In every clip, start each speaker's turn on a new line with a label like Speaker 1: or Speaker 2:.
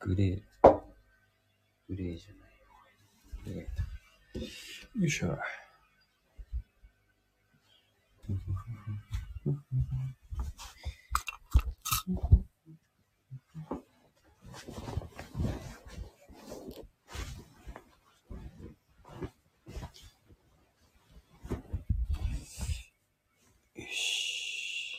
Speaker 1: グレー。グレーじゃない。これがいたよいしょ。よし。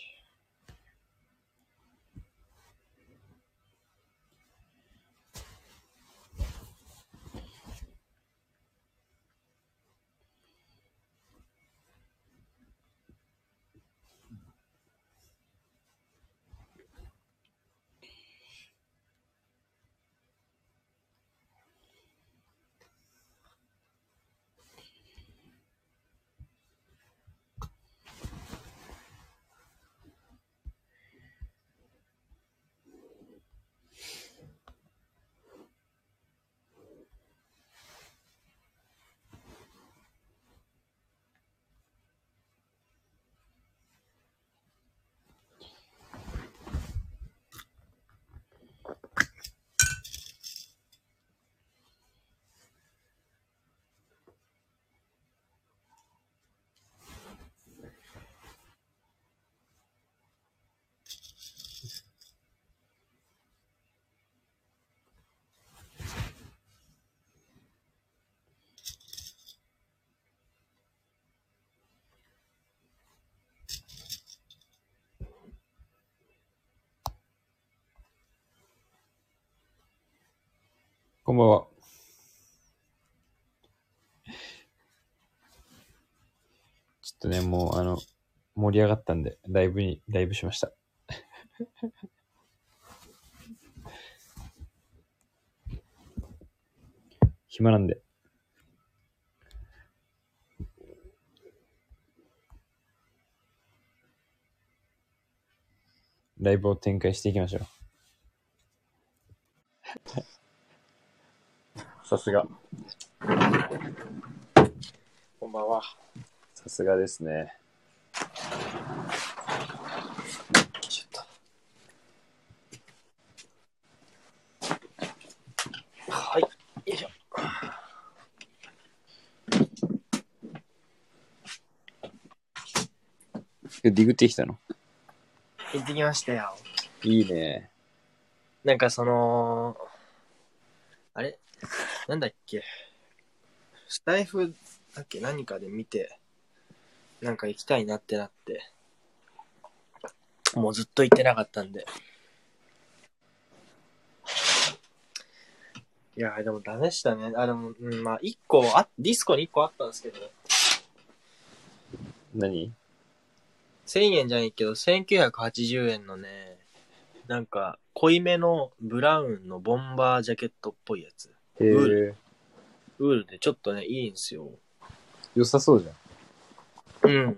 Speaker 1: こんばんは。ちょっとね、もう、あの、盛り上がったんで、ライブに、ライブしました。 暇なんで。ライブを展開していきましょう。
Speaker 2: さすが。
Speaker 1: こんばんは。
Speaker 2: さすがですね。
Speaker 1: ちょっ
Speaker 2: と。はい。
Speaker 1: よいしょ。ディグってきたの
Speaker 2: 行ってきましたよ。
Speaker 1: いいね。
Speaker 2: なんかその、あれなんだっけスタイフだっけ何かで見て、なんか行きたいなってなって、もうずっと行ってなかったんで。いやーでもダメでしたね。あ、でも、うん、まあ、一個あ、ディスコに一個あったんですけど、
Speaker 1: 何
Speaker 2: 1000円じゃないけど、1980円のね、なんか、濃いめのブラウンのボンバージャケットっぽいやつ。
Speaker 1: へえ。
Speaker 2: ウールでちょっとね、いいんすよ。
Speaker 1: 良さそうじゃ
Speaker 2: うん。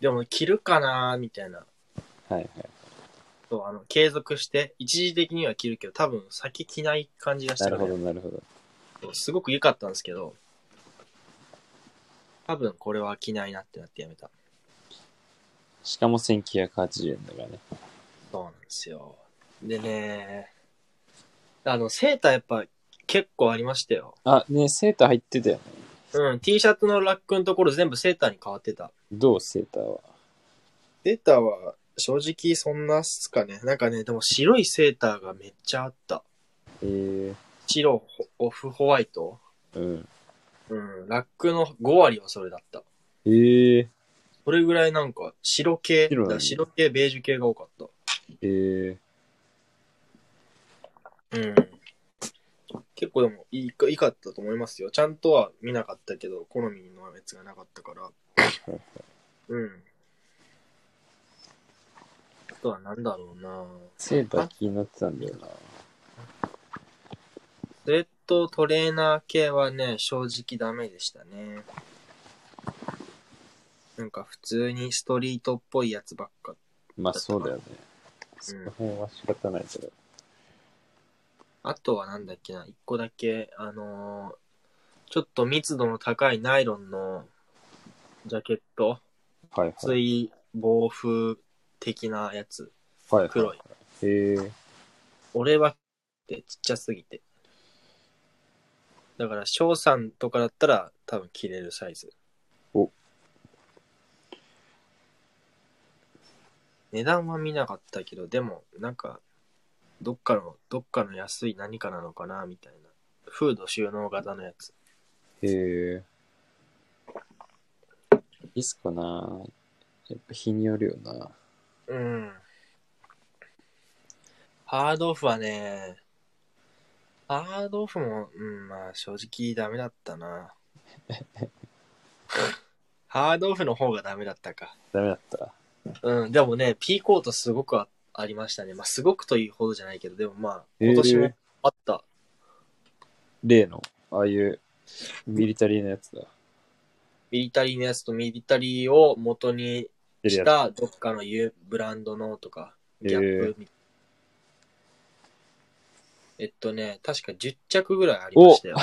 Speaker 2: でも、着るかなーみたいな。
Speaker 1: ん。はいはい。
Speaker 2: そう、あの、継続して、一時的には着るけど、多分先着ない感じがし
Speaker 1: な
Speaker 2: た
Speaker 1: る
Speaker 2: から
Speaker 1: ほどなるほど。
Speaker 2: そうすごく良かったんですけど、多分これは着ないなってなってやめた。
Speaker 1: しかも1980円だからね。
Speaker 2: そうなんですよ。でね、あの、セーターやっぱ結構ありましたよ。
Speaker 1: あ、ねセーター入ってたよね。
Speaker 2: うん、T シャツのラックのところ全部セーターに変わってた。
Speaker 1: どうセーターは。
Speaker 2: セーターは正直そんなっすかね。なんかね、でも白いセーターがめっちゃあった。
Speaker 1: へえ。
Speaker 2: 白、ほオフホワイト。
Speaker 1: うん。
Speaker 2: うん、ラックの5割はそれだった。
Speaker 1: へえ。
Speaker 2: それぐらいなんか白系、
Speaker 1: 白なんだ
Speaker 2: だ白系、ベージュ系が多かった。
Speaker 1: へえ。
Speaker 2: うん。結構でもいいかいいかったと思いますよ。ちゃんとは見なかったけど、好みのやつがなかったから。うん。あとはなんだろうな
Speaker 1: セーター気になってたんだよな。
Speaker 2: スウェット、トレーナー系はね、正直ダメでしたね。なんか普通にストリートっぽいやつばっか。
Speaker 1: まあそうだよね。その辺は仕方ないけど。
Speaker 2: あとはなんだっけな、一個だけ、あのーちょっと密度の高いナイロンのジャケット、
Speaker 1: はいはい。
Speaker 2: 水防風的なやつ。
Speaker 1: はい、はい。
Speaker 2: 黒い。
Speaker 1: へえ。
Speaker 2: 俺はってちっちゃすぎて。だから、翔さんとかだったら多分着れるサイズ。
Speaker 1: お
Speaker 2: 値段は見なかったけど、でも、なんか、どっかの、どっかの安い何かなのかな、みたいな。フード収納型のやつ。
Speaker 1: へえ。いいっすかなやっぱ日によるよな。
Speaker 2: うん。ハードオフはね、ハードオフも、うん、まあ正直ダメだっ たな。ハードオフの方がダメだったか。
Speaker 1: ダメだった。
Speaker 2: うん、でもね、ピーコートすごくあありましたね。まあすごくというほどじゃないけど、でもまあ
Speaker 1: えー
Speaker 2: 今年もあった。
Speaker 1: 例の、ああいうミリタリーのやつだ。
Speaker 2: ミリタリーのやつとミリタリーを元に
Speaker 1: 出る
Speaker 2: し
Speaker 1: やつ
Speaker 2: たどっかの有ブランドのとか、
Speaker 1: えー
Speaker 2: ギャップみたいな。えっとね、確か10着ぐらいありましたよ。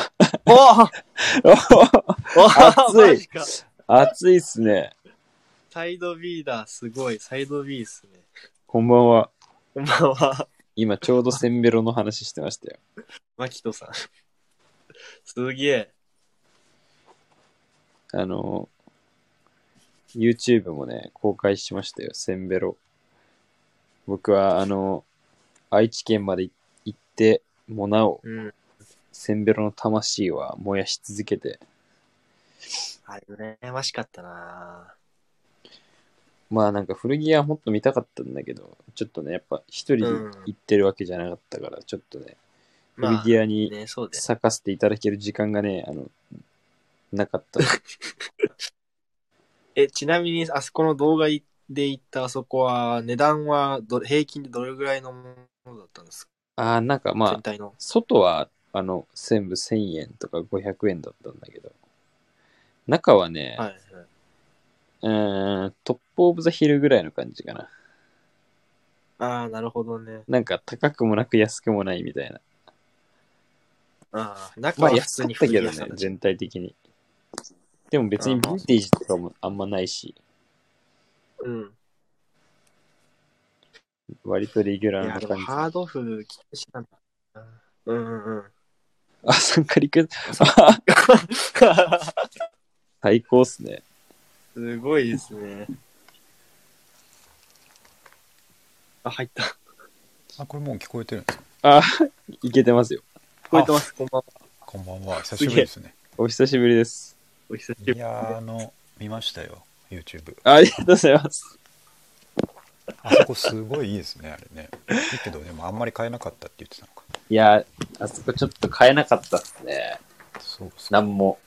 Speaker 2: お
Speaker 1: 熱い
Speaker 2: 熱い
Speaker 1: 暑いっすね。
Speaker 2: サイド B だ、すごい。サイド B っすね。
Speaker 1: こんばんは。
Speaker 2: こんばんは、
Speaker 1: 今ちょうどセンベロの話してましたよ。
Speaker 2: マキトさん。すげえ。
Speaker 1: あの、YouTube もね、公開しましたよ、センベロ。僕は、あの、愛知県まで行って、もなお、
Speaker 2: うん。
Speaker 1: センベロの魂は燃やし続けて、
Speaker 2: あれ、羨ましかったな
Speaker 1: まあなんか古着はもっと見たかったんだけど、ちょっとね、やっぱ一人で
Speaker 2: うん
Speaker 1: 行ってるわけじゃなかったから、ちょっとね、
Speaker 2: まあ
Speaker 1: 古着屋に
Speaker 2: ね、そうだよね。
Speaker 1: 咲かせていただける時間がね、あの、なか った。
Speaker 2: え、ちなみに、あそこの動画で行ったあそこは、値段はど、平均でどれぐらいのものだったんですか、
Speaker 1: ああ、なんかまあ
Speaker 2: 全、体の。
Speaker 1: 外はあの全部1000円とか500円だったんだけど中はね、
Speaker 2: はい、はい。
Speaker 1: うーんトップオブザヒルぐらいの感じかな
Speaker 2: ああ、なるほどね。
Speaker 1: なんか高くもなく安くもないみたいな
Speaker 2: ああ、中
Speaker 1: まあ
Speaker 2: は普
Speaker 1: 安
Speaker 2: 通
Speaker 1: かっ
Speaker 2: に
Speaker 1: たけど
Speaker 2: 古着屋
Speaker 1: ね
Speaker 2: さんだし
Speaker 1: 全体的にでも別にヴィンテージとかもあんまないし
Speaker 2: うん。
Speaker 1: 割とレギュ
Speaker 2: い
Speaker 1: ラ
Speaker 2: や、
Speaker 1: ー
Speaker 2: で
Speaker 1: な感じ
Speaker 2: もハードオフ期待してたんだな。うんうんうん。
Speaker 1: あ参加リクエスト 最高っすね
Speaker 2: すごいですね。あ、入 った。聞
Speaker 3: あこれもう聞こえてるんですか
Speaker 1: あいけてますよ
Speaker 2: こえてます、こんばんは。
Speaker 3: こんばんは久しぶりですね
Speaker 1: お久しぶりです
Speaker 2: お久しぶり
Speaker 3: いやーあの見ましたよ YouTube
Speaker 1: ありがとうございます
Speaker 3: あそこすごいいいですねあれねいいけどでもあんまり買えなかったって言ってたのか
Speaker 1: いやあそこちょっと買えなかったっすね
Speaker 3: そうそう
Speaker 1: なんも
Speaker 3: う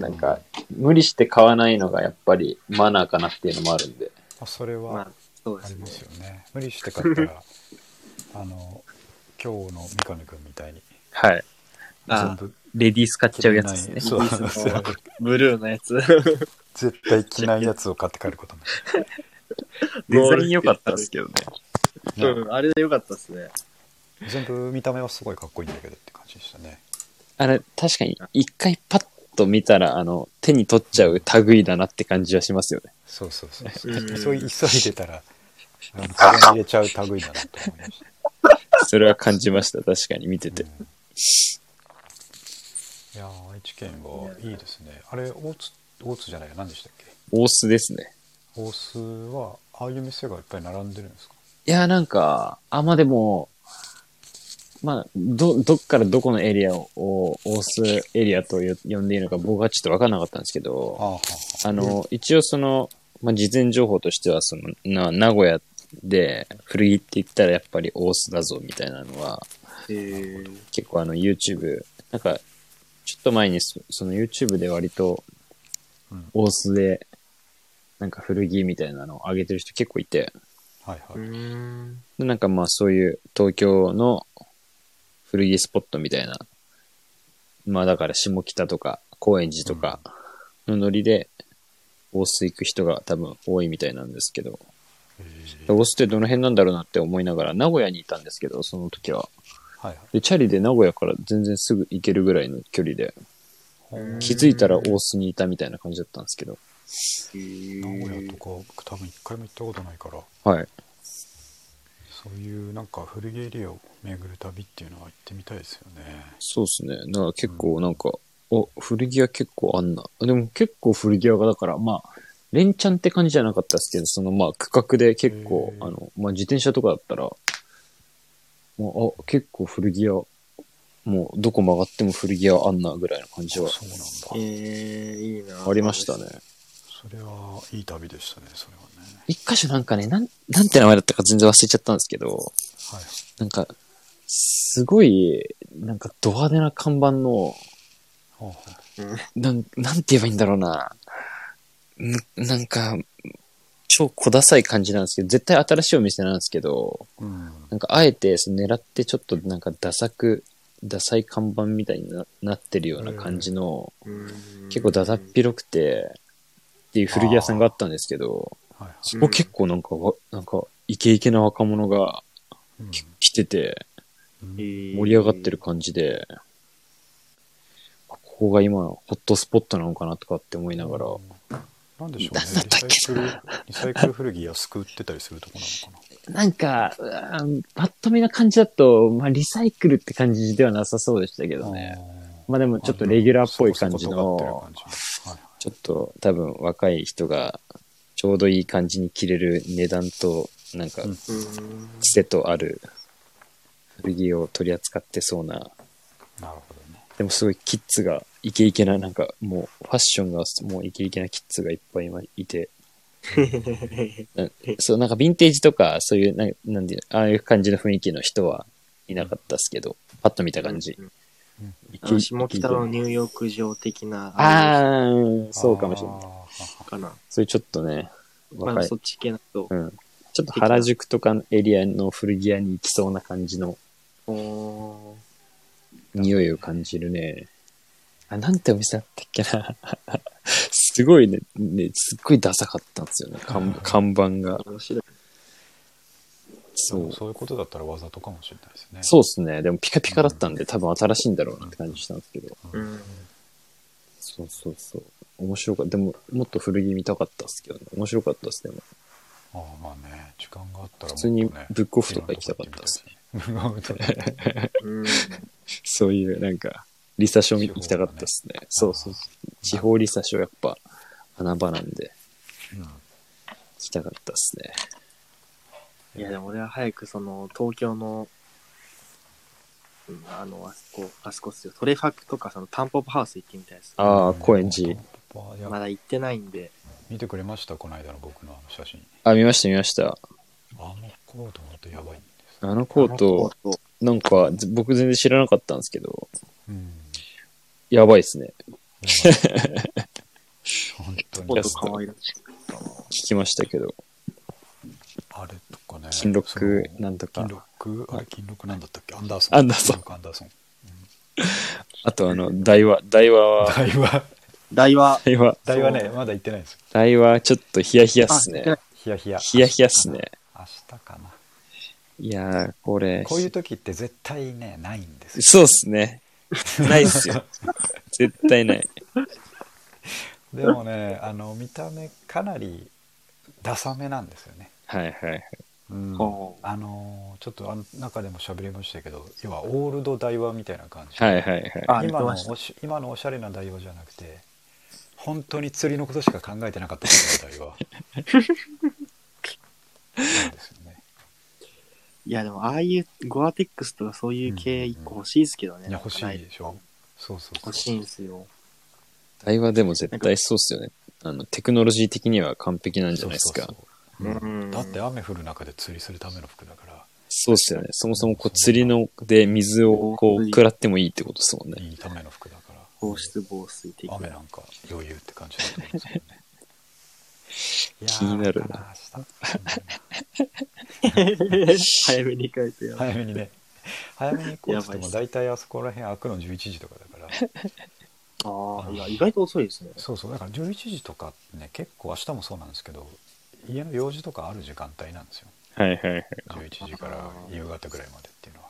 Speaker 1: なんか、無理して買わないのがやっぱりマナーかなっていうのもあるんで。
Speaker 3: あそれ
Speaker 2: ま
Speaker 3: は
Speaker 2: あ、そうで
Speaker 3: あ
Speaker 2: す
Speaker 3: ります
Speaker 2: ね。
Speaker 3: よね無理して買ったら あの今日の三上君みたいに
Speaker 1: はい。
Speaker 3: 全
Speaker 2: あ、
Speaker 3: 部
Speaker 1: レディース買っ
Speaker 3: 着れないそう
Speaker 2: いいっすね
Speaker 3: そう
Speaker 2: ブルーのやつ。
Speaker 3: 絶対着ないやつを買って帰ることにな
Speaker 1: デザイン良かったんですけどね。
Speaker 2: う
Speaker 3: る、ね
Speaker 2: ん、あれでよかったですね。
Speaker 3: 全部見た目はすごいかっこいいんだけどって感じでしたね
Speaker 1: あれ、確かに一回パッと見たら、あの、手に取っちゃう類だなって感じはしますよね。
Speaker 3: そうそうそう
Speaker 2: うん
Speaker 3: 急い急いでたらあのカゴに入れちゃう類だなと思いました
Speaker 1: それは感じました。確かに見てて。
Speaker 3: うんいやー愛知県はいいですねあれ大津大津じゃないや何でしたっけ
Speaker 1: 大須ですね。
Speaker 3: 大須はああいう店がいっぱい並んでるんですか
Speaker 1: いや、なんか、あ、まあ、でも、まあ、ど、どっからどこのエリアを、大須エリアとよ呼んでいいのか僕はちょっとわかんなかったんですけど、
Speaker 3: ああ
Speaker 1: あの、一応その、まあ、事前情報としては、その、な、名古屋で古着って言ったらやっぱり大須だぞみたいなのは、
Speaker 2: えー、
Speaker 1: 結構あの YouTube、なんか、ちょっと前にそその YouTube で割と
Speaker 3: うん、
Speaker 1: 大須で、なんか古着みたいなのを上げてる人結構いて、
Speaker 3: はいは
Speaker 2: う
Speaker 3: い、
Speaker 2: ーん。
Speaker 1: でなんかまあそういう東京の古着スポットみたいな、まあだから下北とか高円寺とかのノリで、大須行く人が多分多いみたいなんですけど、
Speaker 3: え
Speaker 1: で大須ってどの辺なんだろうなって思いながら、名古屋にいたんですけど、その時は。
Speaker 3: はいはい
Speaker 1: で、チャリで名古屋から全然すぐ行けるぐらいの距離で、
Speaker 3: ほー
Speaker 1: 気づいたら大須にいたみたいな感じだったんですけど、
Speaker 3: 名古屋とか僕多分一回も行ったことないから
Speaker 1: はい。
Speaker 3: そういうなんか古着エリアを巡る旅っていうのは行ってみたいですよね
Speaker 1: そうですね。だから結構なんか、お、古着屋結構あんな。でも結構古着屋がだから、まあ、連チャンって感じじゃなかったですけど、そのまあ区画で結構、
Speaker 3: へー
Speaker 1: あの、まあ自転車とかだったら、もう、あ、結構古着屋、もうどこ曲がっても古着屋あんなぐらいの感じは
Speaker 3: そうなんだ
Speaker 4: えー、いいな。
Speaker 1: ありましたね。。
Speaker 3: それはいい旅でしたねそれはね
Speaker 1: 一箇所なんかね、なん、なんて名前だったか全然忘れちゃったんですけど、
Speaker 3: はい
Speaker 1: なんか、すごい、なんかド派手な看板の、
Speaker 3: ほうほう
Speaker 1: なん、なんて言えばいいんだろうな。んなんか、超小ダサい感じなんですけど、絶対新しいお店なんですけど、
Speaker 3: うん、
Speaker 1: なんかあえてその狙ってちょっとなんかダサく、ダサい看板みたいにななってるような感じの、
Speaker 4: うん
Speaker 1: 結構ダダっ広くて、っていう古着屋さんがあったんですけど、
Speaker 3: はいはい
Speaker 1: そこ結構なんかわ、なんかイケイケな若者が
Speaker 3: うん
Speaker 1: き来てて、
Speaker 3: うん
Speaker 1: 盛り上がってる感じで、ここが今のホットスポットなのかなとかって思いながら、
Speaker 3: なんでしょうね
Speaker 1: なんだったっけ
Speaker 3: リサイクルリサイクル古着安く売ってたりするとこなのか
Speaker 1: なんか、うーんパッと見な感じだと、まあ、リサイクルって感じではなさそうでしたけ
Speaker 3: な
Speaker 1: どね。
Speaker 3: あー
Speaker 1: まあでもちょっとレギュラーっぽい感じ
Speaker 3: そこそこ
Speaker 1: の
Speaker 3: 尖っ、てる感じはい
Speaker 1: ちょっと多分若い人がちょうどいい感じに着れる値段と、なんか
Speaker 3: うん
Speaker 4: うん。
Speaker 1: 癖とある古着を取り扱ってそうな、
Speaker 3: なるほどね
Speaker 1: でもすごいキッズがイケイケな、なんかもうファッションがもうイケイケなキッズがいっぱい今いて、なそう、なんかヴィンテージとか、そういう、ななんで、ああいう感じの雰囲気の人はいなかったですけど、パッと見た感じ。イ
Speaker 4: あ
Speaker 1: ケイ
Speaker 4: の
Speaker 1: ケ
Speaker 4: 下北のニューヨーク城的な、
Speaker 1: ああ、うんそうかもしれない。
Speaker 3: い
Speaker 4: あかな。
Speaker 1: そういうちょっとね、
Speaker 4: ま
Speaker 1: 若
Speaker 4: あ、
Speaker 1: い
Speaker 4: そ。っち系だと
Speaker 1: う。ん。ちょっと原宿とかのエリアの古着屋に行きそうな感じの
Speaker 4: おー
Speaker 1: 匂いを感じるね。あ、なんてお店だったっけな。 すごいねね、すっごいダサかったんですよね。看看板が。
Speaker 4: 面白い。
Speaker 1: そ
Speaker 3: そうう。そういうことだったらわざとかもしれないですね
Speaker 1: そうですね。でもピカピカだったんで、多分新しいんだろうなって感じしたんですけど。
Speaker 4: うん。
Speaker 1: そうそうそう。面白かった。でも、もっと古着見たかったっすけどね。面白かったっすね。
Speaker 3: ああまあね時間があったらもっとね
Speaker 1: 普通にブックオフとか行きたかったですね。
Speaker 3: ブックオフとか行ってみたいですね
Speaker 4: うん。
Speaker 1: そういう、なんか、リサション行きたかったっすね。そうそうそう。地方リサションやっぱ、穴場なんで、
Speaker 3: うん
Speaker 1: 行きたかったっすね。
Speaker 4: いや、でも俺は早くその、東京の、うんあの、あそこ、あそこっすよ。トレファクとか、その、タンポポハウス行ってみたいです。
Speaker 1: ああ、高円寺。
Speaker 3: いや
Speaker 4: まだ行ってないんで。
Speaker 3: 見てくれましたこの間の僕のあの写真
Speaker 1: あ、見ました見ました。
Speaker 3: あのコートほんとやばいんです
Speaker 1: あのコート、
Speaker 4: あのコート
Speaker 1: なんか、ず僕全然知らなかったんですけど、
Speaker 3: うん
Speaker 1: やばいっすね。
Speaker 3: 本当
Speaker 4: も
Speaker 3: に
Speaker 4: っと可愛らしく。
Speaker 1: 聞きましたけど、
Speaker 3: あれとかね
Speaker 1: 金六
Speaker 3: その
Speaker 1: なんとか
Speaker 3: 金。六あれ金六なんだったっけアンダーソン
Speaker 1: アンダーソン
Speaker 3: 金六アンダーソン
Speaker 1: あと、あの、台話、台話は、
Speaker 4: 台
Speaker 3: 台湾
Speaker 4: は、
Speaker 1: 台話、
Speaker 3: 台湾ね
Speaker 4: そう
Speaker 3: まだ行ってないんですよ
Speaker 1: 台話、ちょっとヒヤヒヤっすね。
Speaker 3: ヒヤヒヤ
Speaker 1: ヒヤヒヤっすね。
Speaker 3: 明日かない
Speaker 1: やー、これ、
Speaker 3: こういう時って絶対ねないんですよ
Speaker 1: そうっすね。ないっすよ。 絶対ない。
Speaker 3: でもね あの見た目かなりダサめなんですよね
Speaker 1: はいはいはい。
Speaker 3: うん
Speaker 4: おう
Speaker 3: あのーちょっとあの中でも喋りましたけど要はオールド台湾みたいな感じ、
Speaker 1: はいはいはい。
Speaker 4: あ
Speaker 3: 今の
Speaker 4: 言って
Speaker 3: おし今のおしゃれな台湾じゃなくて本当に釣りのことしか考えてなかったんだよ台 湾そうですよね
Speaker 4: いや、でも、ああいう、ゴアテックスとかそういう系一個欲しいですけどね。
Speaker 3: いや欲しい
Speaker 4: なんかな
Speaker 3: でしょそうそうそう
Speaker 4: 欲しいんですよ。
Speaker 1: 台湾でも絶対そうっすよね。あの、テクノロジー的には完璧なんじゃないですか。
Speaker 3: そうそう
Speaker 4: う
Speaker 3: そううん
Speaker 4: ん。
Speaker 3: だって雨降る中で釣りするための服だから
Speaker 1: そうっすよね。そもそもこう釣りので水をこう食らってもいいってことですもんね。
Speaker 3: いいための服だから
Speaker 4: 放出防水的な
Speaker 3: 雨なんか余裕って感じだと思うんです けどねいやー
Speaker 1: 気になるな
Speaker 3: か
Speaker 4: 早めに帰って
Speaker 3: 明日うん
Speaker 4: よ。
Speaker 3: 早めにね早めに行こうっつって
Speaker 4: やばい
Speaker 3: も
Speaker 4: っす
Speaker 3: 大体あそこら辺開くの11時とかだから
Speaker 4: ああ、いや、意外と遅い ですね。
Speaker 3: そうそうだから11時とかってね結構明日もそうなんですけど家の用事とかある時間帯なんですよ
Speaker 1: はいはいはい。
Speaker 3: 11時から夕方ぐらいまでっていうのは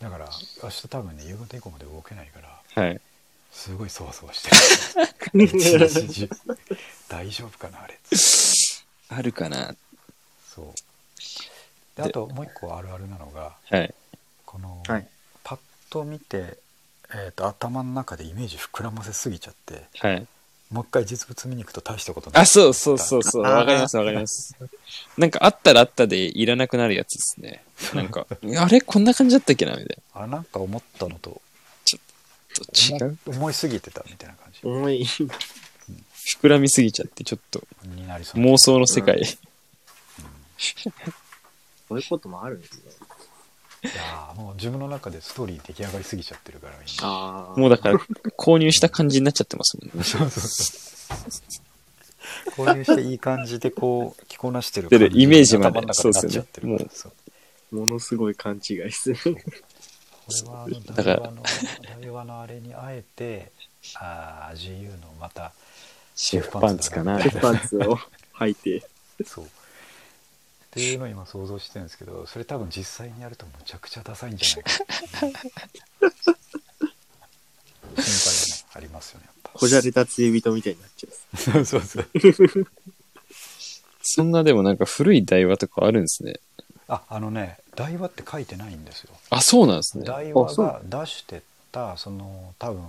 Speaker 3: だから明日多分ね夕方以降まで動けないから
Speaker 1: はい。
Speaker 3: すごいそわそわしてる一日中大丈夫かなあれ
Speaker 1: あるかな
Speaker 3: そうであともう一個あるあるなのが
Speaker 1: はい。
Speaker 3: この、
Speaker 4: はい
Speaker 3: パッと見て、えー、と頭の中でイメージ膨らませすぎちゃって
Speaker 1: はい。
Speaker 3: もう一回実物見に行くと大したことない
Speaker 1: あ、そうそうそうそう。
Speaker 4: あー
Speaker 1: わかりますわかります。なんかあったらあったでいらなくなるやつですね。なん か、あれこんな感じだったっけなみたいな。
Speaker 3: あなんか思ったのと
Speaker 1: ちょっと違う
Speaker 3: 思思いすぎてたみたいな感じ
Speaker 4: 重い。
Speaker 1: 膨らみすぎちゃって、ちょっと
Speaker 3: になりそう
Speaker 1: 妄想の世界。
Speaker 4: こういうこともあるんですね。
Speaker 3: いやーもう自分の中でストーリー出来上がりすぎちゃってるから今
Speaker 4: あ
Speaker 1: もうだから、購入した感じになっちゃってますもんね。
Speaker 3: そうそうそうこういうしていい感じでこう着こなしてる
Speaker 1: 出る
Speaker 3: 感じに
Speaker 1: イメージまで
Speaker 3: 頭の中になっちゃってるからそう
Speaker 4: ものすごい勘違いする。
Speaker 3: これはあの
Speaker 1: だから
Speaker 3: 台湾の台湾のあれにあえてあー GU のまた
Speaker 1: シェフパンツかな。
Speaker 4: パンツを履いて。
Speaker 3: そうっていうのを今想像してるんですけどそれ多分実際にやるとむちゃくちゃダサいんじゃないかな心配がねありますよねやっ
Speaker 4: こじゃれた釣り人みたいになっちゃ
Speaker 3: ぱそうそうそう
Speaker 1: そんなでもなんか古い台話とかあるんですね。
Speaker 3: ああのね台話って書いてないんですよ
Speaker 1: あ、そうなんですね。
Speaker 3: 台
Speaker 4: あ
Speaker 3: 話
Speaker 4: そ
Speaker 3: が
Speaker 4: う
Speaker 3: 出してったその多分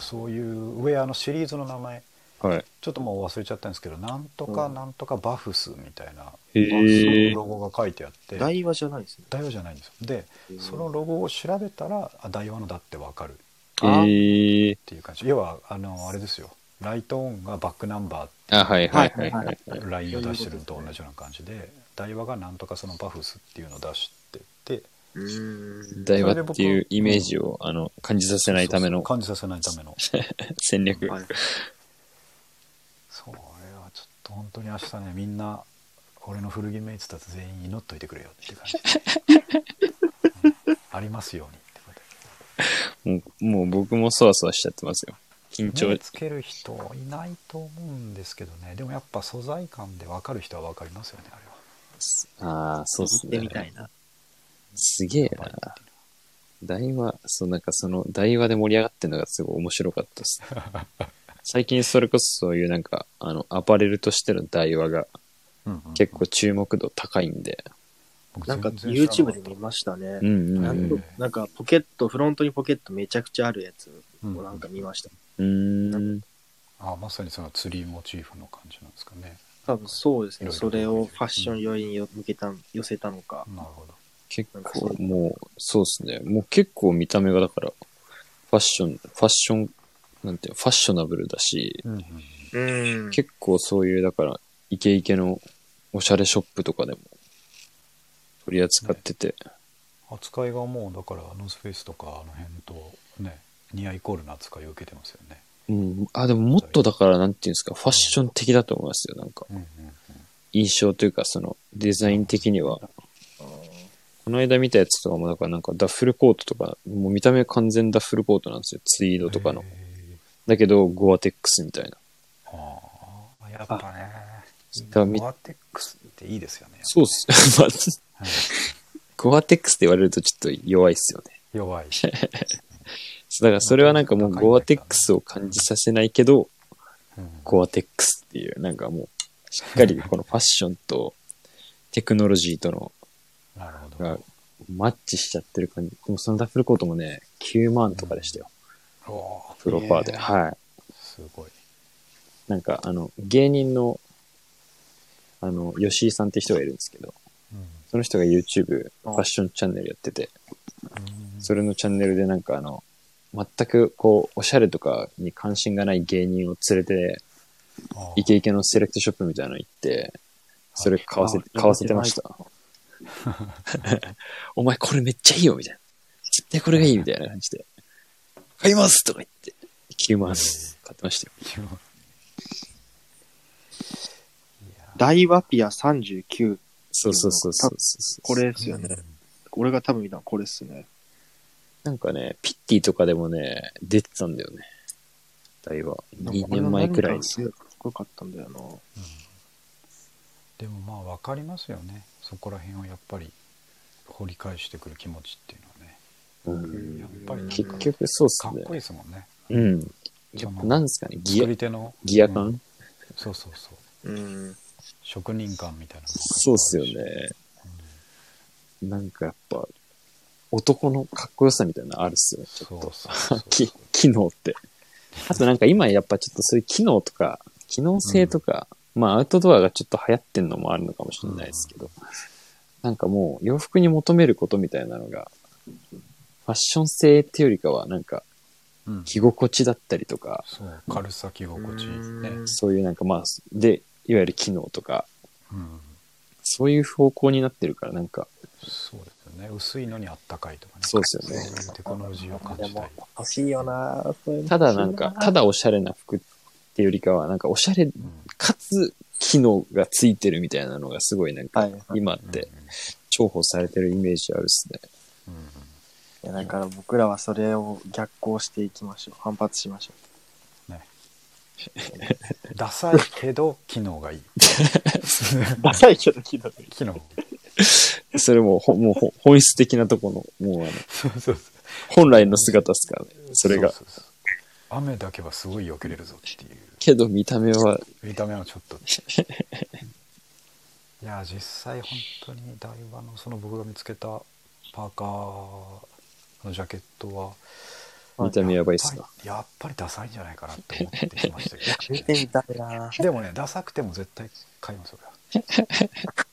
Speaker 3: そういうウェアのシリーズの名前
Speaker 1: はい。
Speaker 3: ちょっともう忘れちゃったんですけどなんとかなんとかバフスみたいな、
Speaker 1: へえ
Speaker 3: ロ。ゴが書いてあって
Speaker 4: う。台話じゃないですね。
Speaker 3: ダイワじゃないんですよでそのロゴを調べたらあダイワのだってわかるっ
Speaker 4: あ
Speaker 1: へえ。
Speaker 3: ていう感じ要はあのあれですよライトオンがバックナンバ
Speaker 1: あ、はいはいはいは
Speaker 4: はいい。
Speaker 3: ーラインを出してるのと同じような感じでダイワがなんとかそのバフスっていうのを出してて
Speaker 4: うーん。
Speaker 1: 台話っていうイメージを、あの、感じさせないため
Speaker 3: そうそう
Speaker 1: の
Speaker 3: 感じさせないための
Speaker 1: 戦略。
Speaker 4: はい
Speaker 3: それはちょっと本当に明日ねみんな俺の古着メイツたち全員祈っといてくれよっていう 感じで、うんありますようにってことで
Speaker 1: もう、もう僕もそわそわしちゃってますよ。緊
Speaker 3: 目
Speaker 1: 張。
Speaker 3: つける人いないと思うんですけどねでもやっぱ素材感で分かる人は分かりますよねあれは
Speaker 1: ああ、そうっす
Speaker 4: 行って
Speaker 1: ね
Speaker 4: み。たいな。
Speaker 1: すげえ
Speaker 3: やっぱ
Speaker 1: な。台話、そう、なんかその、台話で盛り上がってるのがすごい面白かったっす。最近それこそそういうなんか、あの、アパレルとしての台話が
Speaker 3: り、うんうん
Speaker 1: 結構注目度高いんで。
Speaker 3: 僕
Speaker 4: なんか
Speaker 3: 全然知
Speaker 4: YouTube
Speaker 3: らなか
Speaker 4: で
Speaker 3: った
Speaker 4: 見ましたね。
Speaker 1: うんうん
Speaker 4: な
Speaker 1: うんん
Speaker 4: となんかポケット、フロントにポケットめちゃくちゃあるやつを
Speaker 3: うん
Speaker 4: なんか見ました。
Speaker 1: うーん。
Speaker 3: あまさにその釣りモチーフの感じなんですかね
Speaker 4: 多分そうですね。
Speaker 3: いろいろ
Speaker 4: それをファッション要因に向けた、寄せたのか。
Speaker 3: なるほど
Speaker 1: 結構もう、そうっすね。もう結構見た目がだから、ファッション、ファッション、なんていうのファッショナブルだし、
Speaker 3: うんうんうん
Speaker 4: うん。
Speaker 1: 結構そういう、だから、イケイケのおしゃれショップとかでも取り扱ってて、
Speaker 3: 扱いがもうだからノースフェイスとかあの辺とねニアイコールの扱いを受けてますよね
Speaker 1: うん、あ、でももっとだから、なんていうんですか、ファッション的だと思いますよ、なんか。
Speaker 3: うんうん
Speaker 1: 印象というか、その、デザイン的には。
Speaker 4: あ
Speaker 1: この間見たやつとかも、だからなんかダッフルコートとか、もう見た目完全ダッフルコートなんですよ、ツイー
Speaker 3: う
Speaker 1: ド
Speaker 3: ん
Speaker 1: とかの
Speaker 3: へ。え
Speaker 1: だけど、ゴアテックスみたいな。
Speaker 3: ああやっぱね
Speaker 1: だからみ
Speaker 3: ゴアテックスっていいですよね
Speaker 1: そうっす。 まあ
Speaker 3: はい
Speaker 1: ゴアテックスって言われるとちょっと弱いっすよね。
Speaker 3: 弱 い
Speaker 1: だからそれはなんかもうゴアテックスを感じさせないけど、
Speaker 3: うん
Speaker 1: ゴアテックスっていう、なんかもう、しっ かりこのファッションとテクノロジーとの、
Speaker 3: なるほど
Speaker 1: がマッチしちゃってる感じ。でもそのダッフルコートもね、9万とかでしたよ。
Speaker 3: おー
Speaker 1: プロパーで。
Speaker 3: ええ
Speaker 1: はい。
Speaker 3: すごい
Speaker 1: なんか、あの、芸人の、あの、吉井さんって人がいるんですけど、
Speaker 3: うん
Speaker 1: その人が YouTube ファッションチャンネルやってて、それのチャンネルでなんかあの、全くこう、おしゃれとかに関心がない芸人を連れて、
Speaker 3: あー
Speaker 1: イケイケのセレクトショップみたいなの行って、それ買わせて、
Speaker 4: あ
Speaker 1: 買わせてました。 お前これめっちゃいいよみたいな。絶対これがいいみたいな感じで。買いますとか言って、9万買ってましたよ。
Speaker 3: いや
Speaker 4: ダイワピア39。
Speaker 1: そうそうそうそうそう。
Speaker 4: これですよね。俺が多分見たのこれっすね。
Speaker 1: なんかね、ピッティとかでもね、出てたんだよね。だいぶ。2年前くらいです
Speaker 4: なん。かこれが何かすごかったんだよな。
Speaker 3: うんでもまあ分かりますよねそこら辺をやっぱり掘り返してくる気持ちっていうのはね
Speaker 1: うん
Speaker 3: やっぱりなんか
Speaker 1: 結局そうっす
Speaker 3: かっこいい
Speaker 1: ね。
Speaker 3: ですもんね
Speaker 1: うん。
Speaker 3: やっ
Speaker 1: なんですかね、ギア
Speaker 3: 作り手の
Speaker 1: ギア
Speaker 3: うん
Speaker 1: 感
Speaker 3: そうそうそう
Speaker 4: うん。
Speaker 3: 職人感みたいなのも
Speaker 1: そうっすよね。なんかやっぱ、男のかっこよさみたいなのあるっすよね、ち
Speaker 3: そ
Speaker 1: ょっ
Speaker 3: う
Speaker 1: と。
Speaker 3: そうそう
Speaker 1: き機能って。あとなんか今やっぱちょっとそういう機能とか、機能性とか、まあアウトドアがちょっと流行ってんのもあるのかもしれないですけど、なんかもう洋服に求めることみたいなのが、ファッション性っていうよりかはなんか
Speaker 3: うん
Speaker 1: 着心地だったりとか、
Speaker 3: そう軽さ着心地いいね
Speaker 4: うん
Speaker 1: そういうなんかまあ、で、いわゆる機能とか、
Speaker 3: うん
Speaker 1: そういう方向になってるからなんか、
Speaker 3: そうですよね薄いのにあったかいとかね
Speaker 1: そうですよね。
Speaker 3: そういうテクノロジーを感
Speaker 4: で
Speaker 3: じた
Speaker 4: も
Speaker 3: い、
Speaker 4: 欲しいよなそういうの
Speaker 1: ただなんか、ただおしゃれな服っていうよりかは、なんかおしゃれ
Speaker 3: うん
Speaker 1: かつ機能がついてるみたいなのがすごいなんか
Speaker 4: はいはい、
Speaker 1: 今っ
Speaker 3: うん
Speaker 1: て重宝されてるイメージあるっすね。
Speaker 3: うんうん
Speaker 4: いやだから僕らはそれを逆行していきましょう。反発しましょ
Speaker 3: ダサいけど機能 がいい
Speaker 4: う。ダサいけど聞いた
Speaker 3: 機能
Speaker 1: それも、ほもうほ本質的なとこの、もうあの、
Speaker 3: そうそうそう
Speaker 1: 本来の姿っすからね。それが。
Speaker 3: うそうそう雨だけはすごい避けれるぞっていう
Speaker 1: けど見た目は、
Speaker 3: 見た目はちょっといや実際本当に台湾のその僕が見つけたパーカーのジャケットは
Speaker 1: 見た目やばいっす
Speaker 3: やっ
Speaker 1: か。
Speaker 3: ぱりやっぱりダサいんじゃないかなって思ってきました
Speaker 4: 見
Speaker 3: け
Speaker 4: てみたいな
Speaker 3: どでもねダサくても絶対買いますよ俺 は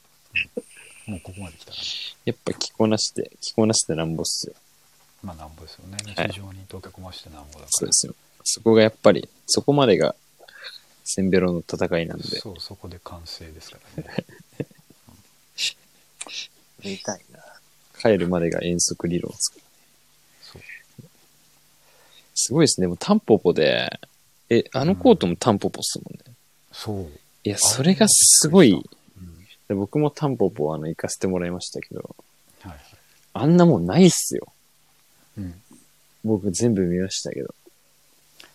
Speaker 3: うんもうここまで来たらね
Speaker 1: やっぱ着こなして、着こなしてなんぼっすよ。
Speaker 3: まあなんぼですよね
Speaker 1: はい
Speaker 3: 日常に溶け込ましてなんぼだから、
Speaker 1: そうですよ。そこがやっぱり、そこまでが、センベロの戦いなんで。
Speaker 3: そうそこで完成ですからね
Speaker 4: 見たいな
Speaker 1: 帰るまでが遠足理論っすから
Speaker 3: そう
Speaker 1: すごいですね。でもうタンポポで、え、あのコートもタンポポっすもんね。
Speaker 3: そう、
Speaker 1: いや、それがすごい、
Speaker 3: うん
Speaker 1: で僕もタンポポあの行かせてもらいましたけど、
Speaker 3: はいはい
Speaker 1: あんなもんないっすよ。
Speaker 3: うん、
Speaker 1: 僕全部見ましたけど。